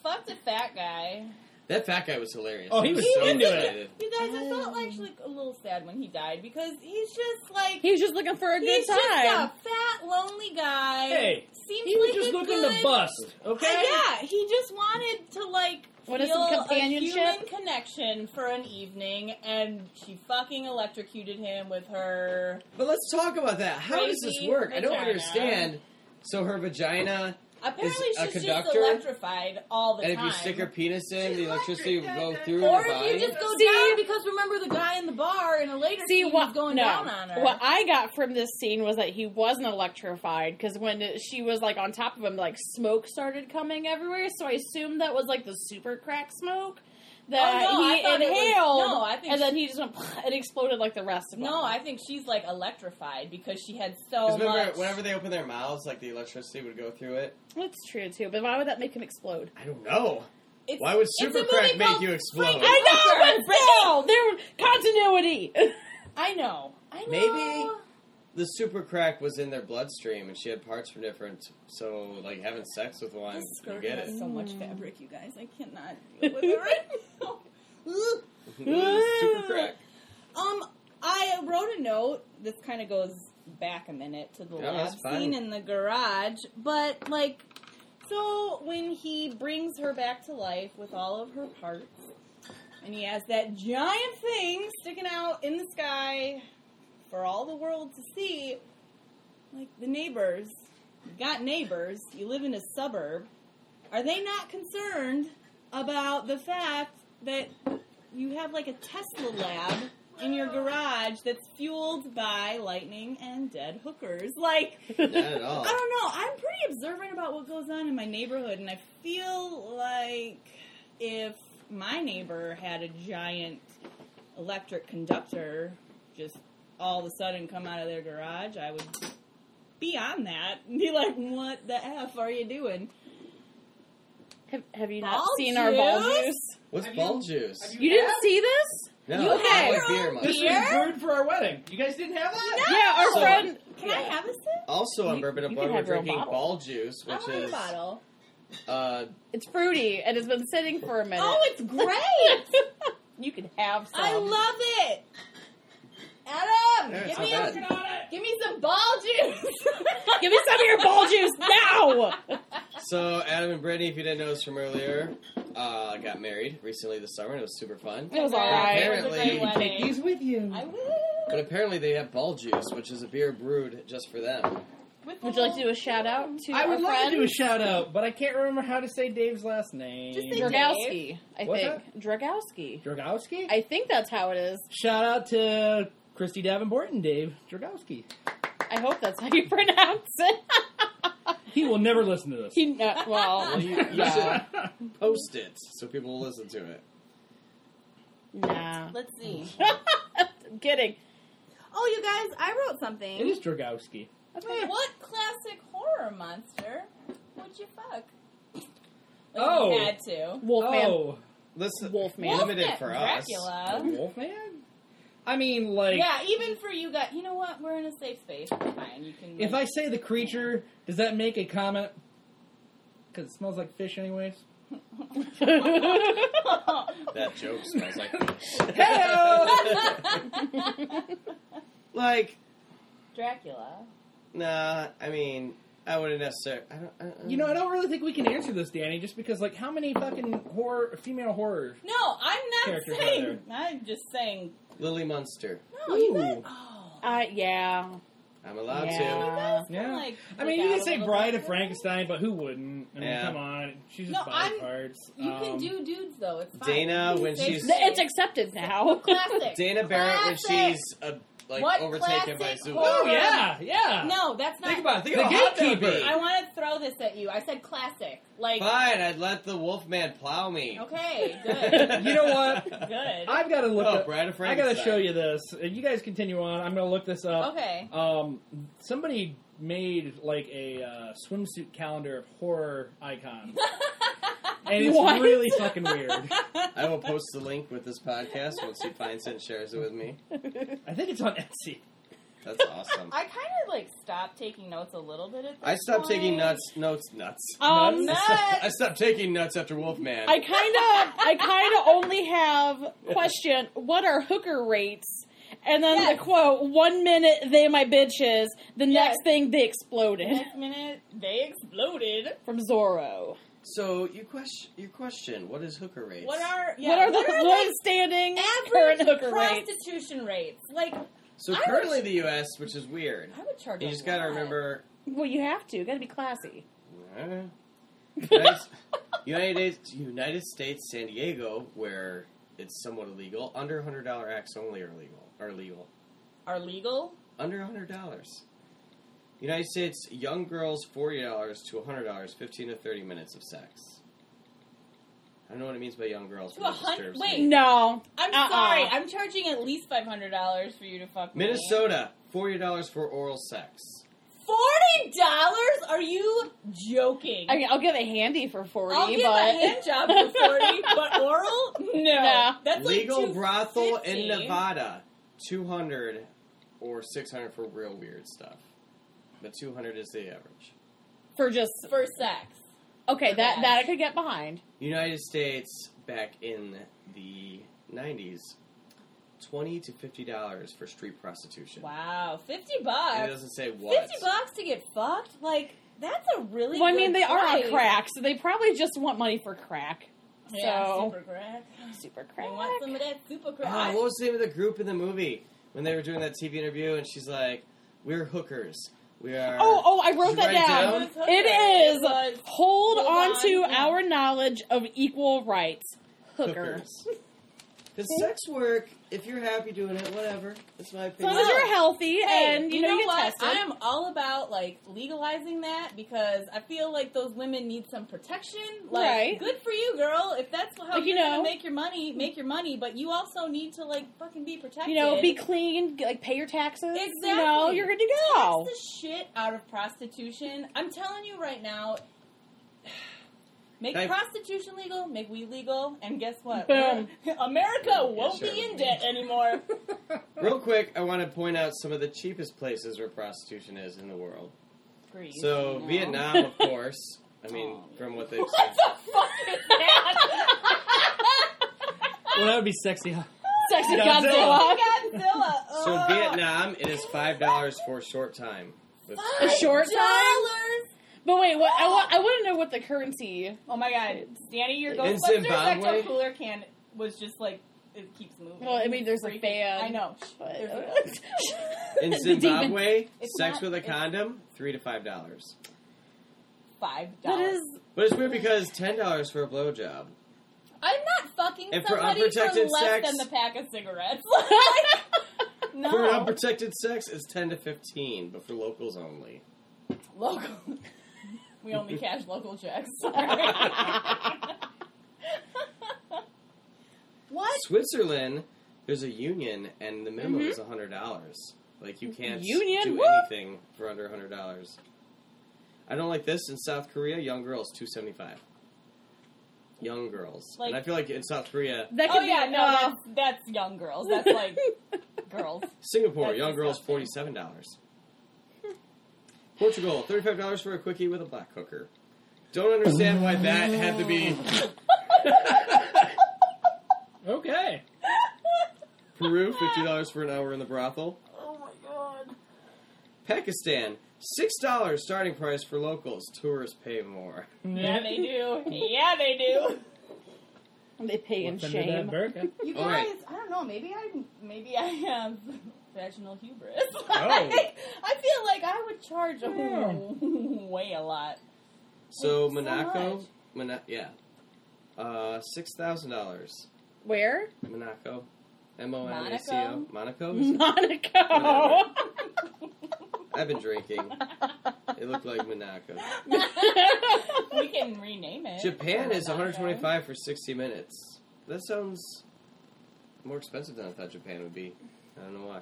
[SPEAKER 3] fucked a fat guy.
[SPEAKER 2] That fat guy was hilarious.
[SPEAKER 4] Oh, he was into it.
[SPEAKER 2] excited.
[SPEAKER 3] You guys, I felt actually a little sad when he died because Um, he's just like
[SPEAKER 5] He's just looking for a good
[SPEAKER 3] he's
[SPEAKER 5] time.
[SPEAKER 3] just a fat lonely guy.
[SPEAKER 4] Hey,
[SPEAKER 3] seems
[SPEAKER 4] He was
[SPEAKER 3] like
[SPEAKER 4] just
[SPEAKER 3] a
[SPEAKER 4] looking
[SPEAKER 3] good, Uh,
[SPEAKER 4] to bust, okay?
[SPEAKER 3] Yeah, he just wanted to like
[SPEAKER 5] Wanted
[SPEAKER 3] feel
[SPEAKER 5] some
[SPEAKER 3] a
[SPEAKER 5] companionship?
[SPEAKER 3] human connection for an evening, and she fucking electrocuted him with her.
[SPEAKER 2] But let's talk about that. How does this
[SPEAKER 3] Crazy
[SPEAKER 2] work? I don't
[SPEAKER 3] vagina.
[SPEAKER 2] understand. So her vagina,
[SPEAKER 3] Apparently,
[SPEAKER 2] Is a
[SPEAKER 3] she's just
[SPEAKER 2] conductor?
[SPEAKER 3] electrified all the
[SPEAKER 2] and if
[SPEAKER 3] time.
[SPEAKER 2] you stick her penis in, the electricity will go through
[SPEAKER 3] or
[SPEAKER 2] her body.
[SPEAKER 3] if you just go
[SPEAKER 5] See?
[SPEAKER 3] down because remember the guy in the bar in a later
[SPEAKER 5] See
[SPEAKER 3] scene
[SPEAKER 5] what
[SPEAKER 3] was going
[SPEAKER 5] no.
[SPEAKER 3] down on her.
[SPEAKER 5] What I got from this scene was that he wasn't electrified because when she was like on top of him, like smoke started coming everywhere. So I assumed that was like the super crack smoke that
[SPEAKER 3] Oh, no, I
[SPEAKER 5] he
[SPEAKER 3] thought it was-
[SPEAKER 5] inhaled,
[SPEAKER 3] no, I think
[SPEAKER 5] and then he just went and exploded like the rest of them.
[SPEAKER 3] No, I think she's like electrified because she had so
[SPEAKER 2] 'Cause remember,
[SPEAKER 3] much.
[SPEAKER 2] whenever they open their mouths, like the electricity would go through it.
[SPEAKER 5] that's true too. But why would that make him explode?
[SPEAKER 2] I don't know.
[SPEAKER 3] It's-
[SPEAKER 2] Why would
[SPEAKER 3] it's a
[SPEAKER 2] super
[SPEAKER 3] movie
[SPEAKER 2] crack make
[SPEAKER 3] called
[SPEAKER 2] you explode?
[SPEAKER 3] Frank-
[SPEAKER 5] I know,
[SPEAKER 3] Okay,
[SPEAKER 5] but still, there continuity.
[SPEAKER 3] I know. I know.
[SPEAKER 2] Maybe the super crack was in their bloodstream, and she had parts from different. So, like having sex with one,
[SPEAKER 3] This
[SPEAKER 2] you
[SPEAKER 3] skirt
[SPEAKER 2] get
[SPEAKER 3] has
[SPEAKER 2] it.
[SPEAKER 3] so much fabric, you guys. I cannot deal with it right now. Ugh.
[SPEAKER 2] super crack.
[SPEAKER 3] um, I wrote a note. This kind of goes back a minute to the
[SPEAKER 2] Yeah,
[SPEAKER 3] lab
[SPEAKER 2] that's fine.
[SPEAKER 3] scene in the garage, but like, so when he brings her back to life with all of her parts, and he has that giant thing sticking out in the sky for all the world to see, like the neighbors you got neighbors, you live in a suburb. Are they not concerned about the fact that you have like a Tesla lab in your garage that's fueled by lightning and dead hookers? Like,
[SPEAKER 2] Not at all.
[SPEAKER 3] I don't know. I'm pretty observant about what goes on in my neighborhood, and I feel like if my neighbor had a giant electric conductor just all of a sudden come out of their garage, I would be on that and be like, "What the f are you doing?"
[SPEAKER 5] Have, have you not
[SPEAKER 3] Ball
[SPEAKER 5] seen our ball
[SPEAKER 3] juice?
[SPEAKER 5] juice?
[SPEAKER 2] What's
[SPEAKER 4] Have you-
[SPEAKER 2] ball juice?
[SPEAKER 4] have
[SPEAKER 5] You didn't see this?
[SPEAKER 2] no,
[SPEAKER 5] you
[SPEAKER 2] I don't
[SPEAKER 5] had
[SPEAKER 2] like
[SPEAKER 5] your
[SPEAKER 2] beer
[SPEAKER 3] own
[SPEAKER 2] much.
[SPEAKER 4] This was brewed for our wedding. You guys didn't have that?
[SPEAKER 5] Yeah, our
[SPEAKER 4] Oh.
[SPEAKER 2] So-
[SPEAKER 5] friend.
[SPEAKER 3] Can I have this? Too?
[SPEAKER 2] Also, on
[SPEAKER 5] You-
[SPEAKER 2] Bourbon and
[SPEAKER 5] you
[SPEAKER 2] Blood,
[SPEAKER 5] can
[SPEAKER 2] we're
[SPEAKER 5] have your own
[SPEAKER 2] drinking
[SPEAKER 5] bottle.
[SPEAKER 2] ball juice,
[SPEAKER 3] I
[SPEAKER 2] which
[SPEAKER 3] want
[SPEAKER 2] is
[SPEAKER 3] a bottle.
[SPEAKER 2] uh,
[SPEAKER 5] It's fruity and it's been sitting for a minute.
[SPEAKER 3] Oh, it's great!
[SPEAKER 5] you can have some.
[SPEAKER 3] I love it. Adam,
[SPEAKER 2] Yeah, it's
[SPEAKER 3] give
[SPEAKER 2] not
[SPEAKER 3] me
[SPEAKER 2] bad.
[SPEAKER 3] a, give me some ball juice.
[SPEAKER 5] Give me some of your ball juice now.
[SPEAKER 2] So, Adam and Brittany, if you didn't know this from earlier, uh, got married recently this summer, and it was super fun.
[SPEAKER 5] It was all
[SPEAKER 3] It
[SPEAKER 5] right.
[SPEAKER 3] was a great
[SPEAKER 2] Apparently-
[SPEAKER 3] wedding.
[SPEAKER 4] with you.
[SPEAKER 3] I will.
[SPEAKER 2] But apparently, they have ball juice, which is a beer brewed just for them.
[SPEAKER 5] Would you like to do a shout out to
[SPEAKER 4] I would
[SPEAKER 5] our
[SPEAKER 4] love
[SPEAKER 5] friend
[SPEAKER 4] to do a shout out, but I can't remember how to say Dave's last name.
[SPEAKER 3] Just say-
[SPEAKER 5] Dragowski? I
[SPEAKER 4] What's
[SPEAKER 5] think Dragowski.
[SPEAKER 4] Dragowski?
[SPEAKER 5] I think that's how it is.
[SPEAKER 4] Shout out to Christy Davenport and Dave Dragowski.
[SPEAKER 5] I hope that's how you pronounce it.
[SPEAKER 4] He will never listen to this.
[SPEAKER 5] he, no, well,
[SPEAKER 2] Well, you, you
[SPEAKER 5] yeah.
[SPEAKER 2] should post it so people will listen to it.
[SPEAKER 5] nah.
[SPEAKER 3] Let's see.
[SPEAKER 5] I'm kidding.
[SPEAKER 3] Oh, you guys, I wrote
[SPEAKER 4] it
[SPEAKER 3] something.
[SPEAKER 4] is Dragowski.
[SPEAKER 3] What classic horror monster would you fuck? Like
[SPEAKER 4] Oh.
[SPEAKER 3] you had to.
[SPEAKER 5] Wolfman.
[SPEAKER 4] Oh,
[SPEAKER 2] Listen,
[SPEAKER 5] Wolfman.
[SPEAKER 2] limited
[SPEAKER 3] Wolfman,
[SPEAKER 2] for us.
[SPEAKER 3] Dracula.
[SPEAKER 4] Wolfman? I mean, like,
[SPEAKER 3] Yeah, even for you guys. You know what? We're in a safe space. It's fine. You can.
[SPEAKER 4] if I
[SPEAKER 3] like-
[SPEAKER 4] say the creature, does that make a comment? Because it smells like fish, anyways.
[SPEAKER 2] That joke smells like
[SPEAKER 4] Hey-o!
[SPEAKER 2] like
[SPEAKER 3] Dracula.
[SPEAKER 2] nah. I mean, I wouldn't necessarily. I don't, I don't,
[SPEAKER 4] You know, I don't really think we can answer this, Danny, just because, like, how many fucking horror, female horror?
[SPEAKER 3] No, I'm not
[SPEAKER 4] Characters out
[SPEAKER 3] saying. I'm just saying.
[SPEAKER 2] Lily Munster.
[SPEAKER 3] No, you
[SPEAKER 4] Ooh.
[SPEAKER 3] guys. Oh,
[SPEAKER 5] Uh, yeah.
[SPEAKER 2] I'm allowed
[SPEAKER 3] you
[SPEAKER 5] Yeah.
[SPEAKER 3] guys can,
[SPEAKER 4] Yeah.
[SPEAKER 3] like.
[SPEAKER 4] I mean,
[SPEAKER 3] look
[SPEAKER 4] you
[SPEAKER 3] out
[SPEAKER 4] can
[SPEAKER 3] a
[SPEAKER 4] say
[SPEAKER 3] little
[SPEAKER 4] Bride
[SPEAKER 3] bit.
[SPEAKER 4] of Frankenstein, but who wouldn't? I mean,
[SPEAKER 2] Yeah.
[SPEAKER 4] come on. She's just
[SPEAKER 3] No,
[SPEAKER 4] body
[SPEAKER 3] I'm-
[SPEAKER 4] parts.
[SPEAKER 3] You
[SPEAKER 4] Um,
[SPEAKER 3] can do dudes though. It's fine.
[SPEAKER 2] Dana,
[SPEAKER 3] It's a
[SPEAKER 2] when
[SPEAKER 3] safe
[SPEAKER 2] she's-
[SPEAKER 3] space.
[SPEAKER 5] It's accepted now.
[SPEAKER 3] classic.
[SPEAKER 2] Dana Barrett when
[SPEAKER 3] Classic.
[SPEAKER 2] she's uh, like
[SPEAKER 3] What
[SPEAKER 2] overtaken by
[SPEAKER 3] classic
[SPEAKER 2] Zulu.
[SPEAKER 4] Oh,
[SPEAKER 3] horror?
[SPEAKER 4] yeah, yeah.
[SPEAKER 3] No, that's not.
[SPEAKER 2] Think about it. Think
[SPEAKER 4] The
[SPEAKER 2] about how that would
[SPEAKER 4] gatekeeper.
[SPEAKER 2] be.
[SPEAKER 3] I want to throw this at you. I said classic. Like,
[SPEAKER 2] Fine, I'd let the Wolfman plow me.
[SPEAKER 3] okay, good,
[SPEAKER 4] You know what?
[SPEAKER 3] good.
[SPEAKER 4] I've got to look
[SPEAKER 2] Oh,
[SPEAKER 4] up.
[SPEAKER 2] Bride of
[SPEAKER 4] I got to
[SPEAKER 2] Frankenstein.
[SPEAKER 4] show you this. Uh, You guys continue on. I'm going to look this up.
[SPEAKER 3] Okay.
[SPEAKER 4] Um, somebody made like a uh, swimsuit calendar of horror icons, and it's
[SPEAKER 5] What?
[SPEAKER 4] really fucking weird.
[SPEAKER 2] I will post the link with this podcast once he finds it and shares it with me.
[SPEAKER 4] I think it's on Etsy.
[SPEAKER 2] That's awesome.
[SPEAKER 3] I kind of like stopped taking notes a little bit at this
[SPEAKER 2] I stopped
[SPEAKER 3] point.
[SPEAKER 2] taking nuts, notes, nuts.
[SPEAKER 3] Oh,
[SPEAKER 5] Um,
[SPEAKER 4] Nuts?
[SPEAKER 2] I stopped taking nuts after Wolfman.
[SPEAKER 5] I kind of, I kind of only have question. What are hooker rates? And then
[SPEAKER 3] Yes.
[SPEAKER 5] the quote: "One minute they my bitches,
[SPEAKER 3] Yes.
[SPEAKER 5] the next thing they exploded."
[SPEAKER 3] Next minute, they exploded.
[SPEAKER 5] From Zorro.
[SPEAKER 2] so you question, your question: What is hooker rates?
[SPEAKER 3] What are yeah,
[SPEAKER 5] what are the
[SPEAKER 3] like,
[SPEAKER 5] one standing current
[SPEAKER 3] average
[SPEAKER 5] hooker rates?
[SPEAKER 3] prostitution rates? Like,
[SPEAKER 2] so
[SPEAKER 3] I
[SPEAKER 2] currently
[SPEAKER 3] was-
[SPEAKER 2] in the U.S., which is weird.
[SPEAKER 3] I would charge.
[SPEAKER 2] You
[SPEAKER 3] a
[SPEAKER 2] just gotta
[SPEAKER 3] lot.
[SPEAKER 2] remember.
[SPEAKER 5] Well, you have to. Got to be classy.
[SPEAKER 2] eh, United, United United States San Diego, where it's somewhat illegal. Under hundred dollar acts only are legal. Are legal.
[SPEAKER 3] are legal.
[SPEAKER 2] under hundred dollars. United States young girls forty dollars to hundred dollars, fifteen to thirty minutes of sex. I don't know what it means by young girls.
[SPEAKER 3] To
[SPEAKER 2] but it
[SPEAKER 3] a hun-
[SPEAKER 2] disturbs
[SPEAKER 3] wait.
[SPEAKER 2] me.
[SPEAKER 5] No,
[SPEAKER 3] I'm
[SPEAKER 5] Uh-uh.
[SPEAKER 3] sorry. I'm charging at least five hundred dollars for you to fuck me.
[SPEAKER 2] Minnesota forty dollars for oral sex.
[SPEAKER 3] Forty dollars? Are you joking?
[SPEAKER 5] I mean, I'll give a handy for forty,
[SPEAKER 3] I'll give
[SPEAKER 5] but
[SPEAKER 3] a hand job for forty, but oral? No,
[SPEAKER 5] No.
[SPEAKER 3] that's
[SPEAKER 2] Legal
[SPEAKER 3] like
[SPEAKER 2] brothel in
[SPEAKER 3] 250.
[SPEAKER 2] Nevada, two hundred or six hundred for real weird stuff. But two hundred is the average.
[SPEAKER 5] for just
[SPEAKER 3] for sex.
[SPEAKER 5] okay. That
[SPEAKER 3] Yes.
[SPEAKER 5] that I could get behind.
[SPEAKER 2] United States back in the nineties, twenty to fifty dollars for street prostitution.
[SPEAKER 3] Wow, fifty
[SPEAKER 2] It
[SPEAKER 3] bucks.
[SPEAKER 2] doesn't say what.
[SPEAKER 3] Fifty bucks to get fucked? Like that's a really.
[SPEAKER 5] Well, I mean,
[SPEAKER 3] good
[SPEAKER 5] they are on
[SPEAKER 3] price.
[SPEAKER 5] crack, so they probably just want money for crack.
[SPEAKER 3] Yeah,
[SPEAKER 5] So-
[SPEAKER 3] super crack.
[SPEAKER 5] Super
[SPEAKER 3] They
[SPEAKER 5] crack.
[SPEAKER 3] want some of that super crack.
[SPEAKER 2] Oh, what was the name of the group in the movie when they were doing that TV interview? And she's like, "We're hookers. We are.
[SPEAKER 5] Oh, oh, I
[SPEAKER 2] Did you
[SPEAKER 5] wrote that
[SPEAKER 2] write it
[SPEAKER 5] down.
[SPEAKER 2] down?
[SPEAKER 5] It is.
[SPEAKER 3] It was hold
[SPEAKER 5] Hold, on,
[SPEAKER 3] on,
[SPEAKER 5] to
[SPEAKER 3] yeah.
[SPEAKER 5] our knowledge of equal rights. Hooker.
[SPEAKER 2] hookers. Because sex work, if you're happy doing it, whatever. That's my
[SPEAKER 5] As
[SPEAKER 2] opinion.
[SPEAKER 5] long as you're healthy
[SPEAKER 3] Hey,
[SPEAKER 5] and you, know, you get
[SPEAKER 3] what?
[SPEAKER 5] tested.
[SPEAKER 3] I am all about like legalizing that because I feel like those women need some protection. Like,
[SPEAKER 5] Right.
[SPEAKER 3] good for you, girl. If that's how
[SPEAKER 5] Like, you
[SPEAKER 3] you're
[SPEAKER 5] know-
[SPEAKER 3] gonna make your money, make your money. But you also need to like fucking be protected.
[SPEAKER 5] you know, be clean, get- like pay your taxes. You know,
[SPEAKER 3] Exactly.
[SPEAKER 5] you're good to
[SPEAKER 3] Tax
[SPEAKER 5] go.
[SPEAKER 3] the shit out of prostitution. I'm telling you right now. Make
[SPEAKER 2] Hey.
[SPEAKER 3] prostitution legal, make weed legal, and guess what?
[SPEAKER 5] Boom.
[SPEAKER 3] America won't
[SPEAKER 2] sure.
[SPEAKER 3] be in debt anymore.
[SPEAKER 2] Real quick, I want to point out some of the cheapest places where prostitution is in the world.
[SPEAKER 3] Greece,
[SPEAKER 2] So
[SPEAKER 3] you know.
[SPEAKER 2] Vietnam, of course. I mean, from what they've said.
[SPEAKER 3] What the fuck is that?
[SPEAKER 4] Well, that would be sexy. huh?
[SPEAKER 5] Sexy
[SPEAKER 4] Godzilla.
[SPEAKER 5] Godzilla.
[SPEAKER 3] Godzilla.
[SPEAKER 2] So
[SPEAKER 3] Ugh.
[SPEAKER 2] Vietnam, it is five dollars for a short time. With-
[SPEAKER 5] A short time.
[SPEAKER 3] Dollars.
[SPEAKER 5] But wait, what? I, wa- I want to know what the currency.
[SPEAKER 3] Oh my god, Danny, your
[SPEAKER 2] In
[SPEAKER 3] Ghostbusters
[SPEAKER 2] Zimbabwe?
[SPEAKER 3] Ecto cooler can was just like it keeps moving.
[SPEAKER 5] Well, I mean, there's a
[SPEAKER 3] Freaking-
[SPEAKER 5] fan.
[SPEAKER 3] I know.
[SPEAKER 5] But, uh,
[SPEAKER 3] There's a-
[SPEAKER 2] In
[SPEAKER 5] The
[SPEAKER 2] Zimbabwe,
[SPEAKER 3] It's
[SPEAKER 2] sex
[SPEAKER 3] not-
[SPEAKER 2] with a
[SPEAKER 3] it's-
[SPEAKER 2] condom, three to five dollars.
[SPEAKER 3] Five
[SPEAKER 5] That
[SPEAKER 3] dollars.
[SPEAKER 5] is
[SPEAKER 2] But it's weird because ten dollars for a blowjob.
[SPEAKER 3] I'm not fucking
[SPEAKER 2] And for
[SPEAKER 3] somebody for, less
[SPEAKER 2] unprotected sex-
[SPEAKER 3] than the pack of cigarettes. Like, no.
[SPEAKER 2] For unprotected sex, it's ten to fifteen, but for locals only.
[SPEAKER 3] local. Oh, we only cash local checks. what?
[SPEAKER 2] Switzerland, there's a union, and the minimum is hundred dollars. Like you can't
[SPEAKER 5] Mm-hmm. Union?
[SPEAKER 2] do
[SPEAKER 5] Woo!
[SPEAKER 2] anything for under hundred dollars. I don't like this in South Korea. Young girls, two seventy five. Young girls, and I
[SPEAKER 3] Like-
[SPEAKER 2] feel like in South Korea,
[SPEAKER 5] that could
[SPEAKER 3] Oh yeah,
[SPEAKER 5] be,
[SPEAKER 3] no,
[SPEAKER 5] uh,
[SPEAKER 3] that's, that's young girls. That's like girls.
[SPEAKER 2] Singapore,
[SPEAKER 3] That's
[SPEAKER 2] young girls, forty
[SPEAKER 3] disgusting.
[SPEAKER 2] seven dollars. Portugal, thirty five dollars for a quickie with a black hooker. Don't understand why that had to be
[SPEAKER 4] Okay.
[SPEAKER 2] Peru, fifty dollars for an hour in the brothel. Oh my god. Pakistan, six dollars starting price for locals. Tourists pay more.
[SPEAKER 3] Yeah, they do. Yeah, they do.
[SPEAKER 5] they pay in
[SPEAKER 4] What's under that
[SPEAKER 5] shame.
[SPEAKER 4] burqa?
[SPEAKER 3] You guys,
[SPEAKER 2] All right.
[SPEAKER 3] I don't know. Maybe I, maybe I have vaginal hubris.
[SPEAKER 4] Oh.
[SPEAKER 3] I feel like I would charge a
[SPEAKER 4] Yeah.
[SPEAKER 3] way a lot.
[SPEAKER 2] So
[SPEAKER 3] Thank you so
[SPEAKER 2] Monaco,
[SPEAKER 3] much.
[SPEAKER 2] Mona- yeah, uh, six thousand dollars.
[SPEAKER 5] Where?
[SPEAKER 2] Monaco, M O N A C O, Monaco. is-
[SPEAKER 5] Monaco.
[SPEAKER 2] I've been drinking. It looked like Monaco.
[SPEAKER 3] We can rename it.
[SPEAKER 2] Japan is
[SPEAKER 3] Oh,
[SPEAKER 2] one hundred twenty five for sixty minutes. That sounds more expensive than I thought Japan would be. I don't know why.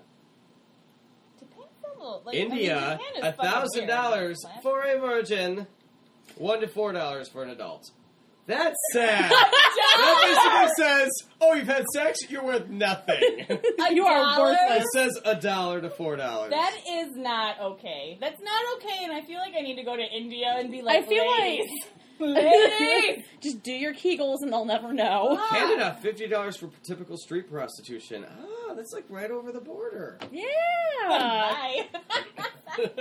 [SPEAKER 3] Japan's a little- like, I mean,
[SPEAKER 2] India,
[SPEAKER 3] Japan is
[SPEAKER 2] a
[SPEAKER 3] fucking
[SPEAKER 2] thousand
[SPEAKER 3] weird.
[SPEAKER 2] dollars for a virgin, one to four dollars for an adult. That's sad. that basically says, "Oh, you've had sex, you're worth nothing."
[SPEAKER 3] A
[SPEAKER 5] You are
[SPEAKER 3] dollar?
[SPEAKER 5] worthless.
[SPEAKER 2] it says a dollar to four dollars.
[SPEAKER 3] That is not okay. That's not okay, and I feel like I need to go to India and be
[SPEAKER 5] I
[SPEAKER 3] like,
[SPEAKER 5] feel
[SPEAKER 3] "Ladies,
[SPEAKER 5] like just do your Kegels and they'll never know.
[SPEAKER 2] Canada, fifty dollars for typical street prostitution. Ah, that's like right over the border.
[SPEAKER 5] Yeah.
[SPEAKER 3] Bye.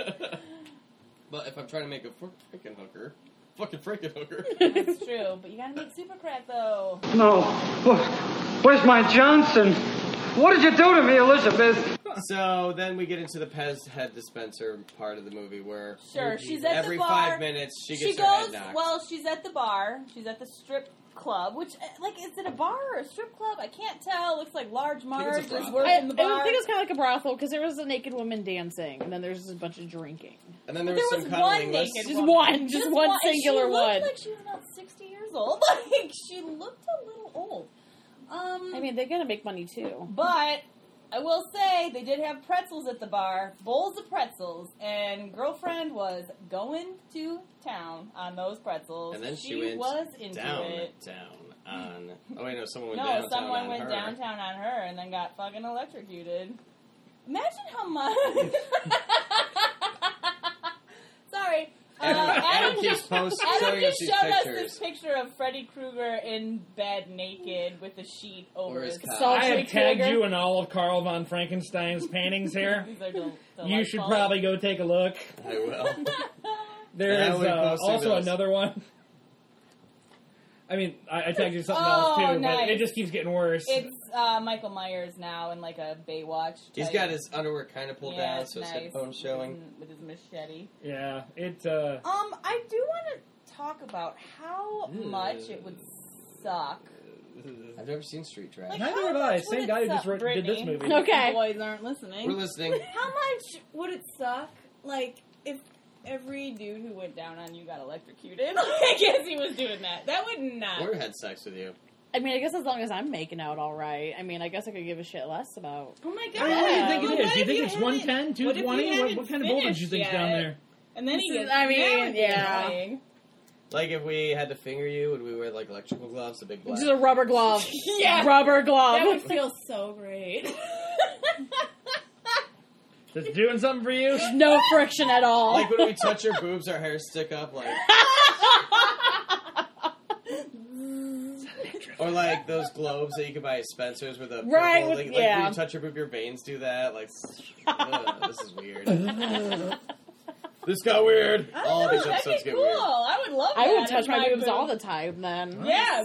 [SPEAKER 2] but if I'm trying to make a freaking hooker, fucking freaking hooker.
[SPEAKER 3] That's true, but you gotta make super crack though.
[SPEAKER 7] No. Wh- Where's my Johnson? What did you do to me, Elizabeth?
[SPEAKER 2] so then we get into the Pez head dispenser part of the movie where
[SPEAKER 3] Sure, she's at
[SPEAKER 2] every
[SPEAKER 3] the bar.
[SPEAKER 2] five minutes she
[SPEAKER 3] she
[SPEAKER 2] gets her
[SPEAKER 3] goes.
[SPEAKER 2] head knocked.
[SPEAKER 3] Well, she's at the bar. She's at the strip club, which uh, like is it a bar or a strip club? I can't tell. Looks like large Marge
[SPEAKER 2] brothel.
[SPEAKER 3] is
[SPEAKER 5] I, I
[SPEAKER 3] working the
[SPEAKER 5] think
[SPEAKER 3] bar.
[SPEAKER 5] it's kind of like a brothel because there was a naked woman dancing and then there's just a bunch of drinking.
[SPEAKER 2] and then there
[SPEAKER 3] But
[SPEAKER 2] was
[SPEAKER 3] there
[SPEAKER 2] some
[SPEAKER 3] was
[SPEAKER 2] cuddling
[SPEAKER 3] one
[SPEAKER 2] list.
[SPEAKER 3] naked
[SPEAKER 5] Just
[SPEAKER 3] woman.
[SPEAKER 5] one, just one
[SPEAKER 3] and she
[SPEAKER 5] singular
[SPEAKER 3] looked
[SPEAKER 5] one.
[SPEAKER 3] Like she was about sixty years old. Like she looked a little old. Um,
[SPEAKER 5] I mean, they're gonna make money too.
[SPEAKER 3] But I will say they did have pretzels at the bar, bowls of pretzels, and girlfriend was going to town on those pretzels.
[SPEAKER 2] And then she, went
[SPEAKER 3] was into
[SPEAKER 2] down,
[SPEAKER 3] it.
[SPEAKER 2] down on. Oh wait, no, someone went
[SPEAKER 3] No,
[SPEAKER 2] downtown
[SPEAKER 3] someone
[SPEAKER 2] on
[SPEAKER 3] went
[SPEAKER 2] her.
[SPEAKER 3] downtown on her and then got fucking electrocuted. Imagine how much. Sorry. Uh,
[SPEAKER 2] Adam,
[SPEAKER 3] Adam
[SPEAKER 2] Adam keeps post
[SPEAKER 3] Adam
[SPEAKER 2] showing us
[SPEAKER 3] just
[SPEAKER 2] these
[SPEAKER 3] showed us this
[SPEAKER 2] pictures.
[SPEAKER 3] picture of Freddy Krueger in bed naked with a sheet over
[SPEAKER 2] Or his
[SPEAKER 3] his
[SPEAKER 2] cock.
[SPEAKER 5] Sultry
[SPEAKER 4] I have tagged
[SPEAKER 5] Kruger.
[SPEAKER 4] you in all of Carl von Frankenstein's paintings here.
[SPEAKER 3] These are del-
[SPEAKER 4] You should
[SPEAKER 3] delightful.
[SPEAKER 4] probably go take a look.
[SPEAKER 2] I will.
[SPEAKER 4] There
[SPEAKER 2] Yeah,
[SPEAKER 4] is
[SPEAKER 2] we
[SPEAKER 4] uh,
[SPEAKER 2] posted
[SPEAKER 4] also
[SPEAKER 2] those.
[SPEAKER 4] another one. I mean, I, I tagged you something
[SPEAKER 3] Oh,
[SPEAKER 4] else too,
[SPEAKER 3] nice.
[SPEAKER 4] but it just keeps getting worse.
[SPEAKER 3] It's uh, Michael Myers now in like a Baywatch.
[SPEAKER 2] He's
[SPEAKER 3] type-
[SPEAKER 2] got his underwear kind of pulled
[SPEAKER 3] Yeah,
[SPEAKER 2] down,
[SPEAKER 3] it's
[SPEAKER 2] so his
[SPEAKER 3] nice. Mm-hmm. Mm,
[SPEAKER 2] headphones showing.
[SPEAKER 3] with his machete.
[SPEAKER 4] yeah, it. Uh,
[SPEAKER 3] Um, I do want to talk about how
[SPEAKER 2] Mm.
[SPEAKER 3] much it would suck.
[SPEAKER 2] I've never seen Street Trash.
[SPEAKER 3] Like,
[SPEAKER 4] Neither
[SPEAKER 3] how
[SPEAKER 4] have I.
[SPEAKER 3] much would
[SPEAKER 4] Same
[SPEAKER 3] it
[SPEAKER 4] guy who just
[SPEAKER 3] suck,
[SPEAKER 4] wrote- did this
[SPEAKER 3] Brittany?
[SPEAKER 4] movie.
[SPEAKER 5] Okay.
[SPEAKER 3] You boys aren't
[SPEAKER 2] We're
[SPEAKER 3] listening.
[SPEAKER 2] listening.
[SPEAKER 3] How much would it suck? Like if every dude who went down on you got electrocuted? Like, I guess he was doing that. That would not.
[SPEAKER 2] We're had sex with you.
[SPEAKER 5] I mean, I guess as long as I'm making out all right. I mean, I guess I could give a shit less about.
[SPEAKER 3] Oh my god!
[SPEAKER 4] I mean, what do you think
[SPEAKER 3] But
[SPEAKER 4] it
[SPEAKER 3] what
[SPEAKER 4] is? Do you
[SPEAKER 3] if
[SPEAKER 4] think it's
[SPEAKER 3] haven't-
[SPEAKER 4] 110,
[SPEAKER 3] what if you
[SPEAKER 4] 220? What,
[SPEAKER 3] haven't
[SPEAKER 4] what kind of voltage do you
[SPEAKER 3] finished
[SPEAKER 4] think's down
[SPEAKER 3] yet?
[SPEAKER 4] there?
[SPEAKER 3] And then he
[SPEAKER 5] This is-
[SPEAKER 3] gets.
[SPEAKER 5] I mean,
[SPEAKER 3] that would be
[SPEAKER 5] yeah.
[SPEAKER 3] annoying.
[SPEAKER 2] Like if we had to finger you, would we wear like electrical gloves, a big black?
[SPEAKER 5] Just a rubber glove.
[SPEAKER 3] Yeah.
[SPEAKER 5] Rubber glove.
[SPEAKER 3] That would feel so great.
[SPEAKER 4] Just doing something for you?
[SPEAKER 5] no friction at all.
[SPEAKER 2] Like when we touch your boobs, our hair stick up, like or like those globes that you could buy at Spencer's with a purple,
[SPEAKER 5] Right,
[SPEAKER 2] like,
[SPEAKER 5] with-
[SPEAKER 2] like when
[SPEAKER 5] yeah.
[SPEAKER 2] you touch your boob, your veins do that. Like ugh, this is weird. this got weird.
[SPEAKER 3] I don't
[SPEAKER 2] All
[SPEAKER 3] know,
[SPEAKER 2] of these
[SPEAKER 3] that'd
[SPEAKER 2] episodes
[SPEAKER 3] be
[SPEAKER 2] get
[SPEAKER 3] cool.
[SPEAKER 2] weird.
[SPEAKER 3] I would love
[SPEAKER 5] I
[SPEAKER 3] that.
[SPEAKER 5] would
[SPEAKER 3] if
[SPEAKER 5] touch my boobs
[SPEAKER 3] boob-
[SPEAKER 5] all the time then.
[SPEAKER 3] Yes.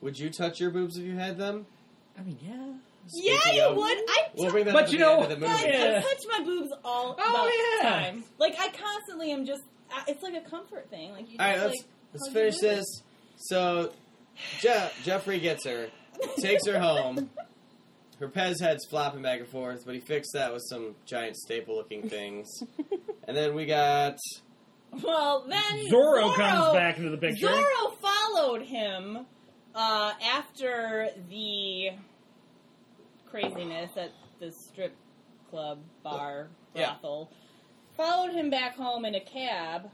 [SPEAKER 2] Would you touch your boobs if you had them?
[SPEAKER 4] I mean, yeah.
[SPEAKER 3] yeah,
[SPEAKER 2] Speaking
[SPEAKER 3] you
[SPEAKER 2] of-
[SPEAKER 3] would. I
[SPEAKER 2] We'll bring that
[SPEAKER 4] But
[SPEAKER 2] up
[SPEAKER 4] you
[SPEAKER 2] at the
[SPEAKER 4] know-
[SPEAKER 2] end of the
[SPEAKER 3] guys,
[SPEAKER 2] movie.
[SPEAKER 4] Yeah.
[SPEAKER 3] I touch my boobs all
[SPEAKER 4] Oh,
[SPEAKER 3] the
[SPEAKER 4] yeah.
[SPEAKER 3] time. Like I constantly am just. I- It's like a comfort thing. Like you. Just,
[SPEAKER 2] All right,
[SPEAKER 3] like,
[SPEAKER 2] let's let's
[SPEAKER 3] hug
[SPEAKER 2] finish
[SPEAKER 3] your boobs.
[SPEAKER 2] this. So, Je- Jeffrey gets her, takes her home. Her Pez head's flopping back and forth, but he fixed that with some giant staple-looking things. and then we got
[SPEAKER 3] Well, then
[SPEAKER 4] Zorro comes back into the picture.
[SPEAKER 3] Zorro followed him uh, after the craziness at the strip club bar
[SPEAKER 2] Yeah.
[SPEAKER 3] brothel. Followed him back home in a cab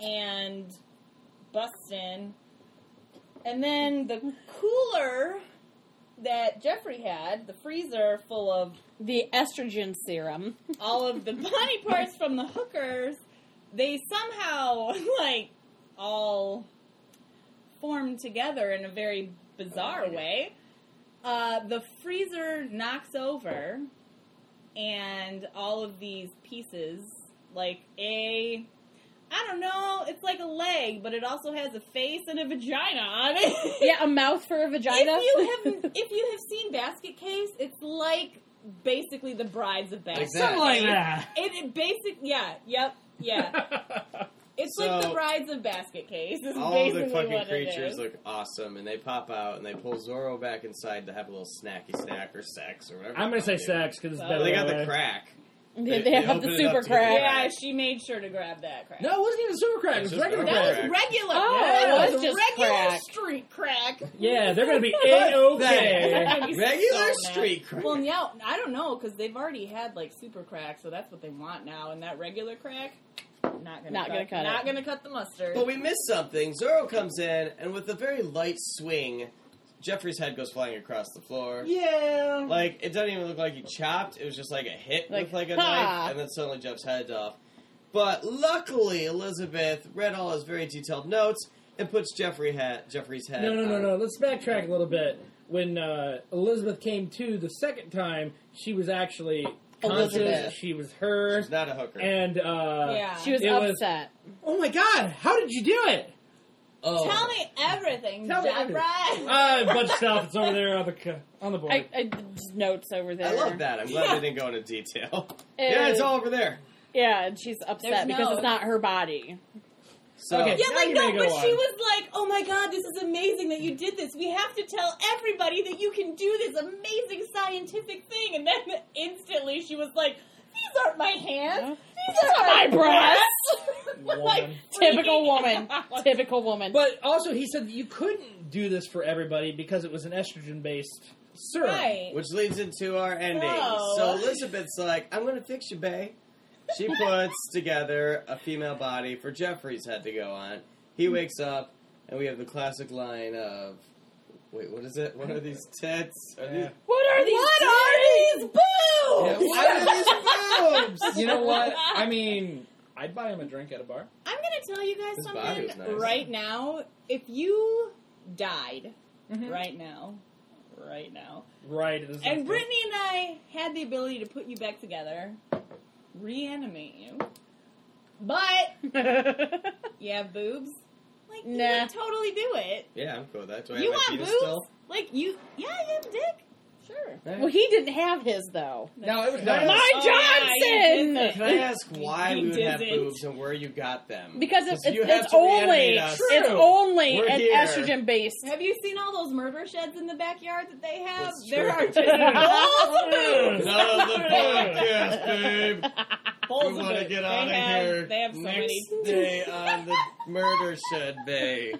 [SPEAKER 3] and Bustin. And then the cooler that Jeffrey had, the freezer full of
[SPEAKER 5] The estrogen serum.
[SPEAKER 3] all of the body parts from the hookers, they somehow like all formed together in a very bizarre way. Uh, the freezer knocks over, and all of these pieces, like a, I don't know, it's like a leg, but it also has a face and a vagina on it.
[SPEAKER 5] Yeah, a mouth for a vagina.
[SPEAKER 3] If you have if you have seen Basket Case, it's like basically the brides of Basket.
[SPEAKER 2] Exactly.
[SPEAKER 4] Something like that.
[SPEAKER 3] It, it basic yeah, yep, yeah. It's like
[SPEAKER 2] So-
[SPEAKER 3] the brides of Basket Case. Is
[SPEAKER 2] all
[SPEAKER 3] basically
[SPEAKER 2] the fucking
[SPEAKER 3] what it
[SPEAKER 2] creatures
[SPEAKER 3] is.
[SPEAKER 2] look awesome, and they pop out and they pull Zorro back inside to have a little snacky snack or sex or whatever.
[SPEAKER 4] I'm going to say
[SPEAKER 2] they do.
[SPEAKER 4] sex because it's
[SPEAKER 3] Well,
[SPEAKER 4] better.
[SPEAKER 2] Uh, They got
[SPEAKER 4] that
[SPEAKER 2] the
[SPEAKER 4] way.
[SPEAKER 2] crack.
[SPEAKER 5] they,
[SPEAKER 2] They- they
[SPEAKER 5] have
[SPEAKER 2] open
[SPEAKER 5] the
[SPEAKER 2] it up to
[SPEAKER 5] super
[SPEAKER 2] the
[SPEAKER 5] crack.
[SPEAKER 3] yeah, she made sure to grab that crack.
[SPEAKER 4] No, it wasn't even super crack. It was
[SPEAKER 2] It's just
[SPEAKER 4] regular
[SPEAKER 2] normal
[SPEAKER 3] that
[SPEAKER 4] crack.
[SPEAKER 3] was
[SPEAKER 2] crack.
[SPEAKER 3] regular.
[SPEAKER 5] Oh,
[SPEAKER 3] yeah,
[SPEAKER 5] it was just
[SPEAKER 3] regular
[SPEAKER 5] crack.
[SPEAKER 3] street crack.
[SPEAKER 4] Yeah, they're going to be A-OK.
[SPEAKER 3] I'd be
[SPEAKER 2] Regular
[SPEAKER 3] so mad.
[SPEAKER 2] street crack.
[SPEAKER 3] Well, now I don't know because they've already had like super crack, so that's what they want now. And that regular crack, not gonna
[SPEAKER 5] Not
[SPEAKER 3] cut,
[SPEAKER 5] gonna cut
[SPEAKER 3] not
[SPEAKER 5] it.
[SPEAKER 3] gonna cut the mustard.
[SPEAKER 2] But we missed something. Zorro comes in, and with a very light swing, Jeffrey's head goes flying across the floor.
[SPEAKER 4] yeah.
[SPEAKER 2] Like, it doesn't even look like he chopped. It was just like a hit
[SPEAKER 5] Like,
[SPEAKER 2] with like a
[SPEAKER 5] ha!
[SPEAKER 2] knife, and then suddenly Jeff's head's off. But luckily, Elizabeth read all his very detailed notes and puts Jeffrey hat Jeffrey's head.
[SPEAKER 4] No, no, no,
[SPEAKER 2] on-
[SPEAKER 4] no. Let's backtrack a little bit. When uh, Elizabeth came to the second time, she was actually conscious.
[SPEAKER 5] Elizabeth.
[SPEAKER 4] She was her.
[SPEAKER 2] She's not a hooker.
[SPEAKER 4] and uh,
[SPEAKER 3] yeah.
[SPEAKER 5] She was
[SPEAKER 4] It was-
[SPEAKER 5] upset.
[SPEAKER 4] oh my god, how did you do it?
[SPEAKER 2] oh,
[SPEAKER 3] Tell me everything,
[SPEAKER 4] Tell me everything.
[SPEAKER 3] Deborah.
[SPEAKER 4] Uh, a bunch of stuff. It's over there on the c- on the board.
[SPEAKER 5] I, I just notes over there.
[SPEAKER 2] I love that. I'm glad
[SPEAKER 3] Yeah.
[SPEAKER 2] they didn't go into detail.
[SPEAKER 5] It-
[SPEAKER 2] yeah, it's all over there.
[SPEAKER 5] Yeah, and she's upset
[SPEAKER 3] There's
[SPEAKER 5] because
[SPEAKER 3] no-
[SPEAKER 5] it's not her body.
[SPEAKER 2] So
[SPEAKER 4] Okay.
[SPEAKER 3] Yeah,
[SPEAKER 4] Now
[SPEAKER 3] like
[SPEAKER 4] you
[SPEAKER 3] no,
[SPEAKER 4] may
[SPEAKER 3] but
[SPEAKER 4] go
[SPEAKER 3] she
[SPEAKER 4] on.
[SPEAKER 3] was like, "Oh my god, this is amazing that you did this. We have to tell everybody that you can do this amazing scientific thing." And then instantly she was like, "These aren't my hands. These are
[SPEAKER 5] My
[SPEAKER 3] my
[SPEAKER 5] breasts."
[SPEAKER 3] breasts." like,
[SPEAKER 4] Woman.
[SPEAKER 5] Typical
[SPEAKER 3] freaking
[SPEAKER 5] woman.
[SPEAKER 3] out.
[SPEAKER 5] Typical woman.
[SPEAKER 4] but also, he said that you couldn't do this for everybody because it was an estrogen based serum.
[SPEAKER 3] Right.
[SPEAKER 2] Which leads into our ending.
[SPEAKER 3] No.
[SPEAKER 2] So Elizabeth's like, I'm gonna fix you, bae. She puts together a female body for Jeffrey's head to go on. He wakes up, and we have the classic line of, "Wait, what is it? What are these tits? Are these,
[SPEAKER 5] what are these?
[SPEAKER 3] What are these
[SPEAKER 2] yeah,
[SPEAKER 3] boobs?
[SPEAKER 2] what are these boobs?"
[SPEAKER 4] You know what? I mean, I'd buy him a drink at a bar.
[SPEAKER 3] I'm gonna tell you guys
[SPEAKER 2] His body was
[SPEAKER 3] something
[SPEAKER 2] nice.
[SPEAKER 3] right now. If you died right now, right now,
[SPEAKER 4] Right. this is-
[SPEAKER 3] and Brittany and I had the ability to put you back together, reanimate you, but you have boobs. Like, you
[SPEAKER 5] Nah.
[SPEAKER 3] would totally do it.
[SPEAKER 2] Yeah, I'm cool with that. Do I have
[SPEAKER 3] you want
[SPEAKER 2] my
[SPEAKER 3] boobs?
[SPEAKER 2] penis still?
[SPEAKER 3] Like, you, yeah, you have a dick. Sure.
[SPEAKER 5] Well, he didn't have his though.
[SPEAKER 2] No, it was not.
[SPEAKER 5] My
[SPEAKER 3] Oh, yeah, you
[SPEAKER 5] Johnson.
[SPEAKER 3] did that.
[SPEAKER 2] Can I ask why
[SPEAKER 3] You
[SPEAKER 2] we would have
[SPEAKER 3] didn't.
[SPEAKER 2] boobs and where you got them?
[SPEAKER 5] because it's,
[SPEAKER 2] you
[SPEAKER 5] it's,
[SPEAKER 2] have
[SPEAKER 5] it's
[SPEAKER 2] to
[SPEAKER 5] only
[SPEAKER 2] reanimate us.
[SPEAKER 5] it's
[SPEAKER 2] True.
[SPEAKER 5] only
[SPEAKER 2] We're
[SPEAKER 5] an
[SPEAKER 2] here.
[SPEAKER 5] estrogen based.
[SPEAKER 3] Have you seen all those murder sheds in the backyard that they have?
[SPEAKER 2] That's
[SPEAKER 3] There are
[SPEAKER 2] true.
[SPEAKER 3] just balls of boobs.
[SPEAKER 2] Not on the podcast, babe.
[SPEAKER 3] Balls
[SPEAKER 2] we
[SPEAKER 3] of
[SPEAKER 2] want to
[SPEAKER 3] boobs.
[SPEAKER 2] get
[SPEAKER 3] They
[SPEAKER 2] out of
[SPEAKER 3] have-
[SPEAKER 2] here.
[SPEAKER 3] They have so
[SPEAKER 2] next
[SPEAKER 3] many.
[SPEAKER 2] day on the murder shed day.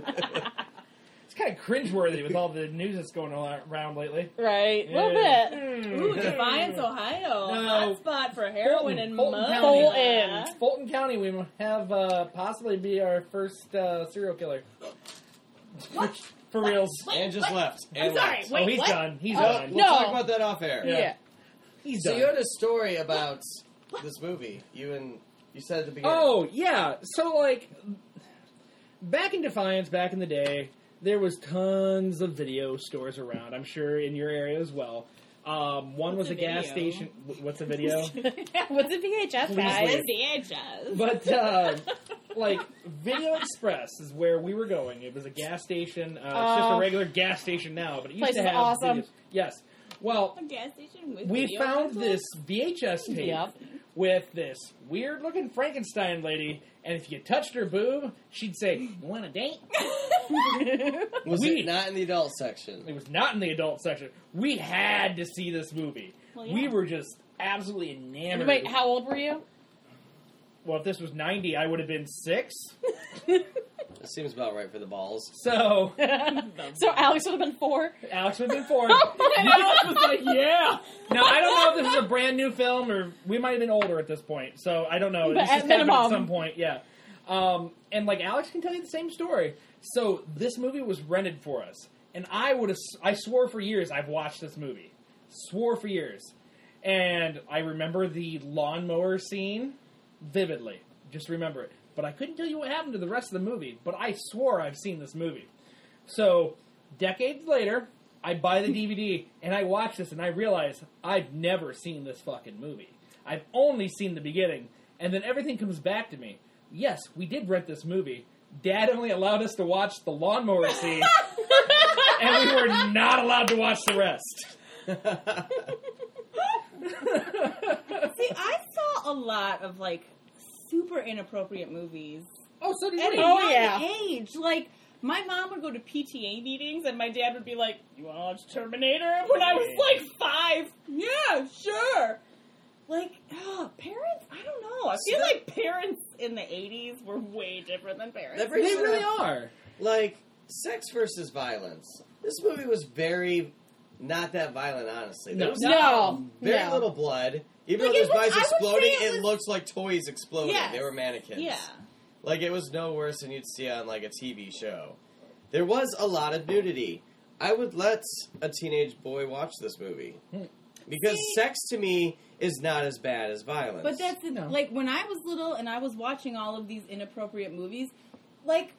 [SPEAKER 4] It's kind of cringeworthy with all the news that's going al- around lately.
[SPEAKER 5] Right, a little
[SPEAKER 4] Yeah.
[SPEAKER 5] bit.
[SPEAKER 3] Ooh, Defiance, Ohio.
[SPEAKER 4] No.
[SPEAKER 3] Hot spot for heroin
[SPEAKER 4] Fulton,
[SPEAKER 3] and
[SPEAKER 4] Fulton
[SPEAKER 3] mud.
[SPEAKER 4] County.
[SPEAKER 5] Fulton.
[SPEAKER 4] Fulton County, we will have uh, possibly be our first uh, serial killer.
[SPEAKER 3] What?
[SPEAKER 4] For reals.
[SPEAKER 3] Wait,
[SPEAKER 2] and just
[SPEAKER 3] what?
[SPEAKER 2] left. And
[SPEAKER 3] I'm sorry.
[SPEAKER 2] left.
[SPEAKER 4] oh,
[SPEAKER 3] Wait,
[SPEAKER 4] he's
[SPEAKER 3] what?
[SPEAKER 4] done. He's
[SPEAKER 2] Oh,
[SPEAKER 4] done.
[SPEAKER 2] We'll talk about that off air.
[SPEAKER 5] Yeah.
[SPEAKER 4] He's
[SPEAKER 2] So
[SPEAKER 4] done.
[SPEAKER 2] you had a story about this movie. You and you said at the beginning.
[SPEAKER 4] Oh yeah, so like back in Defiance, back in the day, there was tons of video stores around. I'm sure in your area as well. Um, one
[SPEAKER 3] What's
[SPEAKER 4] was a,
[SPEAKER 3] a
[SPEAKER 4] gas
[SPEAKER 3] video?
[SPEAKER 4] station. wh- What's a video?
[SPEAKER 5] What's a VHS guys?
[SPEAKER 3] With the edges.
[SPEAKER 4] but uh, like Video Express is where we were going. It was a gas station. Uh, it's just
[SPEAKER 5] Oh.
[SPEAKER 4] a regular gas station now, but it used
[SPEAKER 5] Place
[SPEAKER 4] to
[SPEAKER 5] is
[SPEAKER 4] have
[SPEAKER 5] awesome.
[SPEAKER 4] videos. Yes. Well,
[SPEAKER 3] A gas station with
[SPEAKER 4] we
[SPEAKER 3] video
[SPEAKER 4] found
[SPEAKER 3] rentals?
[SPEAKER 4] this VHS tape
[SPEAKER 5] Yep.
[SPEAKER 4] with this weird looking Frankenstein lady, and if you touched her boob, she'd say, "You "Want a date?"
[SPEAKER 2] was
[SPEAKER 4] we-
[SPEAKER 2] it not in the adult section?
[SPEAKER 4] It was not in the adult section. We had to see this movie.
[SPEAKER 3] Well, yeah.
[SPEAKER 4] We were just absolutely enamored.
[SPEAKER 5] Wait, how old were you?
[SPEAKER 4] well, if this was ninety, I would have been six.
[SPEAKER 2] It seems about right for the balls.
[SPEAKER 4] So
[SPEAKER 5] so Alex would have been four.
[SPEAKER 4] Alex would have been four.
[SPEAKER 5] Oh
[SPEAKER 4] Alex was like, "Yeah." Now I don't know if this is a brand new film or we might have been older at this point. So I don't know.
[SPEAKER 5] But
[SPEAKER 4] this
[SPEAKER 5] at
[SPEAKER 4] just happened
[SPEAKER 5] minimum.
[SPEAKER 4] at some point, yeah. Um, and like Alex can tell you the same story. So this movie was rented for us, and I would have I swore for years I've watched this movie. Swore for years, and I remember the lawnmower scene vividly. Just remember it. But I couldn't tell you what happened to the rest of the movie. But I swore I've seen this movie. So, decades later, I buy the DVD and I watch this and I realize I've never seen this fucking movie. I've only seen the beginning, and then everything comes back to me. Yes, we did rent this movie. Dad only allowed us to watch the lawnmower scene, and we were not allowed to watch the rest.
[SPEAKER 3] See, I saw a lot of like super inappropriate movies
[SPEAKER 4] Oh, so did
[SPEAKER 3] at a
[SPEAKER 4] we.
[SPEAKER 5] Oh,
[SPEAKER 3] young
[SPEAKER 5] yeah.
[SPEAKER 3] age. Like my mom would go to PTA meetings, and my dad would be like, "You want to watch Terminator?" When I was like five, yeah, sure. Like ugh, parents, I don't know. I feel like parents in the '80s were way different than parents.
[SPEAKER 2] That
[SPEAKER 4] They
[SPEAKER 2] brings it
[SPEAKER 4] really
[SPEAKER 2] up.
[SPEAKER 4] are.
[SPEAKER 2] Like sex versus violence. This movie was very not that violent, honestly. There
[SPEAKER 4] No.
[SPEAKER 2] was
[SPEAKER 3] Oh,
[SPEAKER 5] No,
[SPEAKER 2] very
[SPEAKER 5] no.
[SPEAKER 2] little blood. Even
[SPEAKER 3] Like,
[SPEAKER 2] though
[SPEAKER 3] it
[SPEAKER 2] there's
[SPEAKER 3] was-
[SPEAKER 2] bodies
[SPEAKER 3] I would say
[SPEAKER 2] exploding,
[SPEAKER 3] it
[SPEAKER 2] it,
[SPEAKER 3] was-
[SPEAKER 2] looks like toys exploding.
[SPEAKER 3] Yes.
[SPEAKER 2] They were mannequins.
[SPEAKER 3] yeah.
[SPEAKER 2] Like it was no worse than you'd see on like a TV show. There was a lot of nudity. I would let a teenage boy watch this movie because
[SPEAKER 3] See-
[SPEAKER 2] sex to me is not as bad as violence.
[SPEAKER 3] But that's the,
[SPEAKER 4] No.
[SPEAKER 3] like when I was little and I was watching all of these inappropriate movies, like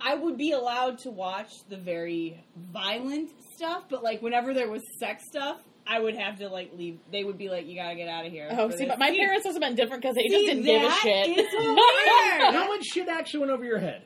[SPEAKER 3] I would be allowed to watch the very violent stuff, but like whenever there was sex stuff, I would have to like leave. They would be like, "You gotta get out of here."
[SPEAKER 5] Oh,
[SPEAKER 3] for
[SPEAKER 5] see,
[SPEAKER 3] this."
[SPEAKER 5] but my parents must have been different because they
[SPEAKER 3] See,
[SPEAKER 5] just didn't give a
[SPEAKER 3] that
[SPEAKER 5] shit.
[SPEAKER 3] is weird.
[SPEAKER 4] How much shit actually went over your head?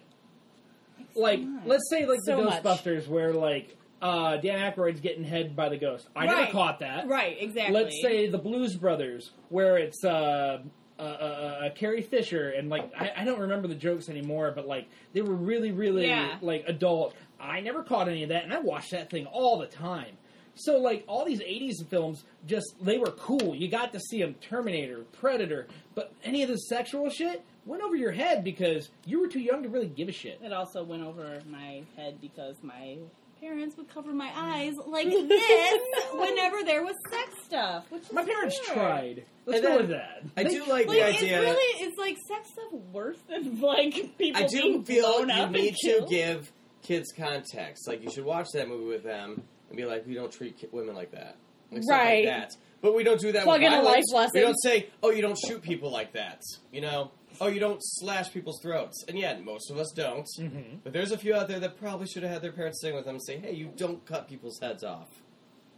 [SPEAKER 4] Like, let's say like
[SPEAKER 5] So
[SPEAKER 4] the
[SPEAKER 5] much.
[SPEAKER 4] Ghostbusters, where like uh, Dan Aykroyd's getting head by the ghost. I
[SPEAKER 3] Right.
[SPEAKER 4] never caught that.
[SPEAKER 3] right? Exactly.
[SPEAKER 4] Let's say the Blues Brothers, where it's uh, uh, uh, uh, Carrie Fisher and like I, I don't remember the jokes anymore, but like they were really, really
[SPEAKER 3] Yeah.
[SPEAKER 4] like adult. I never caught any of that, and I watched that thing all the time. So like all these '80s films, just they were cool. You got to see them: Terminator, Predator, but any of the sexual shit went over your head because you were too young to really give a shit.
[SPEAKER 3] it also went over my head because my parents would cover my eyes like this whenever there was sex stuff. Which is
[SPEAKER 4] My parents
[SPEAKER 3] weird.
[SPEAKER 4] tried. Let's
[SPEAKER 2] And
[SPEAKER 4] go
[SPEAKER 2] then-
[SPEAKER 4] with that.
[SPEAKER 2] I do like,
[SPEAKER 3] Like,
[SPEAKER 2] the
[SPEAKER 3] it's
[SPEAKER 2] idea.
[SPEAKER 3] really, it's like sex stuff worse than like people
[SPEAKER 2] I do
[SPEAKER 3] being
[SPEAKER 2] feel
[SPEAKER 3] blown
[SPEAKER 2] you
[SPEAKER 3] up
[SPEAKER 2] need
[SPEAKER 3] and
[SPEAKER 2] to
[SPEAKER 3] killed.
[SPEAKER 2] give kids context. Like you should watch that movie with them and be like, "We don't treat ki- women like that." Like, stuff
[SPEAKER 5] Right.
[SPEAKER 2] Like that. But we don't do that.
[SPEAKER 5] Plug
[SPEAKER 2] with
[SPEAKER 5] in a
[SPEAKER 2] violence.
[SPEAKER 5] life
[SPEAKER 2] We
[SPEAKER 5] lesson.
[SPEAKER 2] don't say, "Oh, you don't shoot people like that." You know. Oh, you don't slash people's throats. And yet, most of us don't.
[SPEAKER 5] Mm-hmm.
[SPEAKER 2] But there's a few out there that probably should have had their parents sitting with them and say, "Hey, you don't cut people's heads off."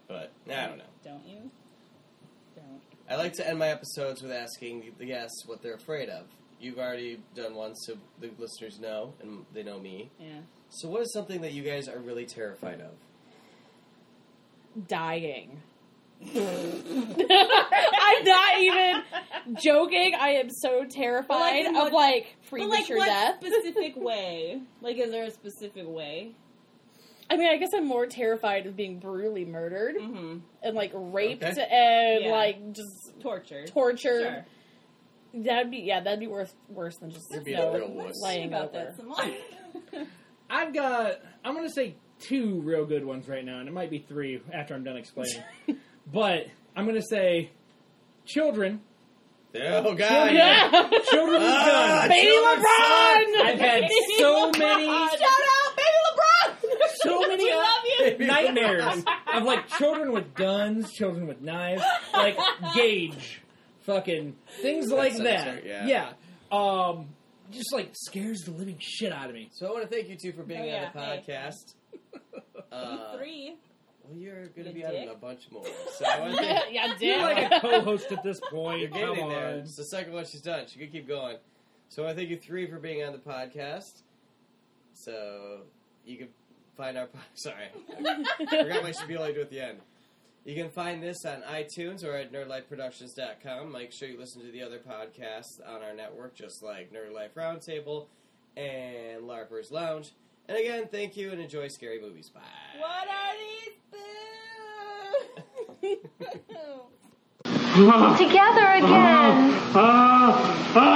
[SPEAKER 2] But I don't know.
[SPEAKER 3] Don't you? Don't.
[SPEAKER 2] I like to end my episodes with asking the guests what they're afraid of. you've already done one, so the listeners know, and they know me.
[SPEAKER 5] Yeah.
[SPEAKER 2] So, what is something that you guys are really terrified of?
[SPEAKER 5] dying. I'm not even joking. I am so
[SPEAKER 3] Well, like,
[SPEAKER 5] terrified
[SPEAKER 3] in
[SPEAKER 5] of
[SPEAKER 3] what-
[SPEAKER 5] like
[SPEAKER 3] But like,
[SPEAKER 5] premature
[SPEAKER 3] what
[SPEAKER 5] death.
[SPEAKER 3] specific way? Like, is there a specific way?
[SPEAKER 5] I mean, I guess I'm more terrified of being brutally murdered
[SPEAKER 3] Mm-hmm.
[SPEAKER 5] and like raped
[SPEAKER 2] Okay.
[SPEAKER 5] and
[SPEAKER 3] Yeah.
[SPEAKER 5] like just
[SPEAKER 3] Torture.
[SPEAKER 5] tortured.
[SPEAKER 3] Sure.
[SPEAKER 5] That'd be yeah, that'd be worth worse than just
[SPEAKER 2] You're being
[SPEAKER 5] no,
[SPEAKER 2] a real wuss.
[SPEAKER 5] lying
[SPEAKER 3] about
[SPEAKER 5] over.
[SPEAKER 3] that some more.
[SPEAKER 4] I've got, I'm going to say two real good ones right now, and it might be three after I'm done explaining. but I'm going to say children.
[SPEAKER 2] Oh, God.
[SPEAKER 5] Yeah.
[SPEAKER 4] Children with
[SPEAKER 2] Ah,
[SPEAKER 4] guns.
[SPEAKER 5] Baby
[SPEAKER 2] children
[SPEAKER 5] LeBron!
[SPEAKER 2] suck!
[SPEAKER 4] I've had so many,
[SPEAKER 5] LeBron!
[SPEAKER 4] so many uh,
[SPEAKER 2] Baby
[SPEAKER 4] nightmares of like children with guns, children with knives, like gauge, fucking things like
[SPEAKER 2] sounds
[SPEAKER 4] that.
[SPEAKER 2] right, yeah.
[SPEAKER 4] Um, just like scares the living shit out of me.
[SPEAKER 2] So I want to thank you two for being
[SPEAKER 3] Oh, yeah,
[SPEAKER 2] on the podcast. Uh,
[SPEAKER 3] Three.
[SPEAKER 2] Well, you're going to
[SPEAKER 3] You
[SPEAKER 2] be on
[SPEAKER 3] dick.
[SPEAKER 2] a bunch more. So I want to thank
[SPEAKER 5] yeah,
[SPEAKER 4] You're like
[SPEAKER 5] damn.
[SPEAKER 4] a co-host at this point.
[SPEAKER 2] You're
[SPEAKER 4] Come
[SPEAKER 2] getting
[SPEAKER 4] on.
[SPEAKER 2] there. It's the second one she's done. She could keep going. So I want to thank you three for being on the podcast. So you can find our po- sorry, I forgot my spiel I do at the end. You can find this on iTunes or at nerdlifeproductions.com. Make sure you listen to the other podcasts on our network, just like Nerd Life Roundtable and LARPers Lounge. And again, thank you and enjoy scary movies. Bye.
[SPEAKER 3] What are these? Boo!
[SPEAKER 6] Together again.
[SPEAKER 7] Ah, ah.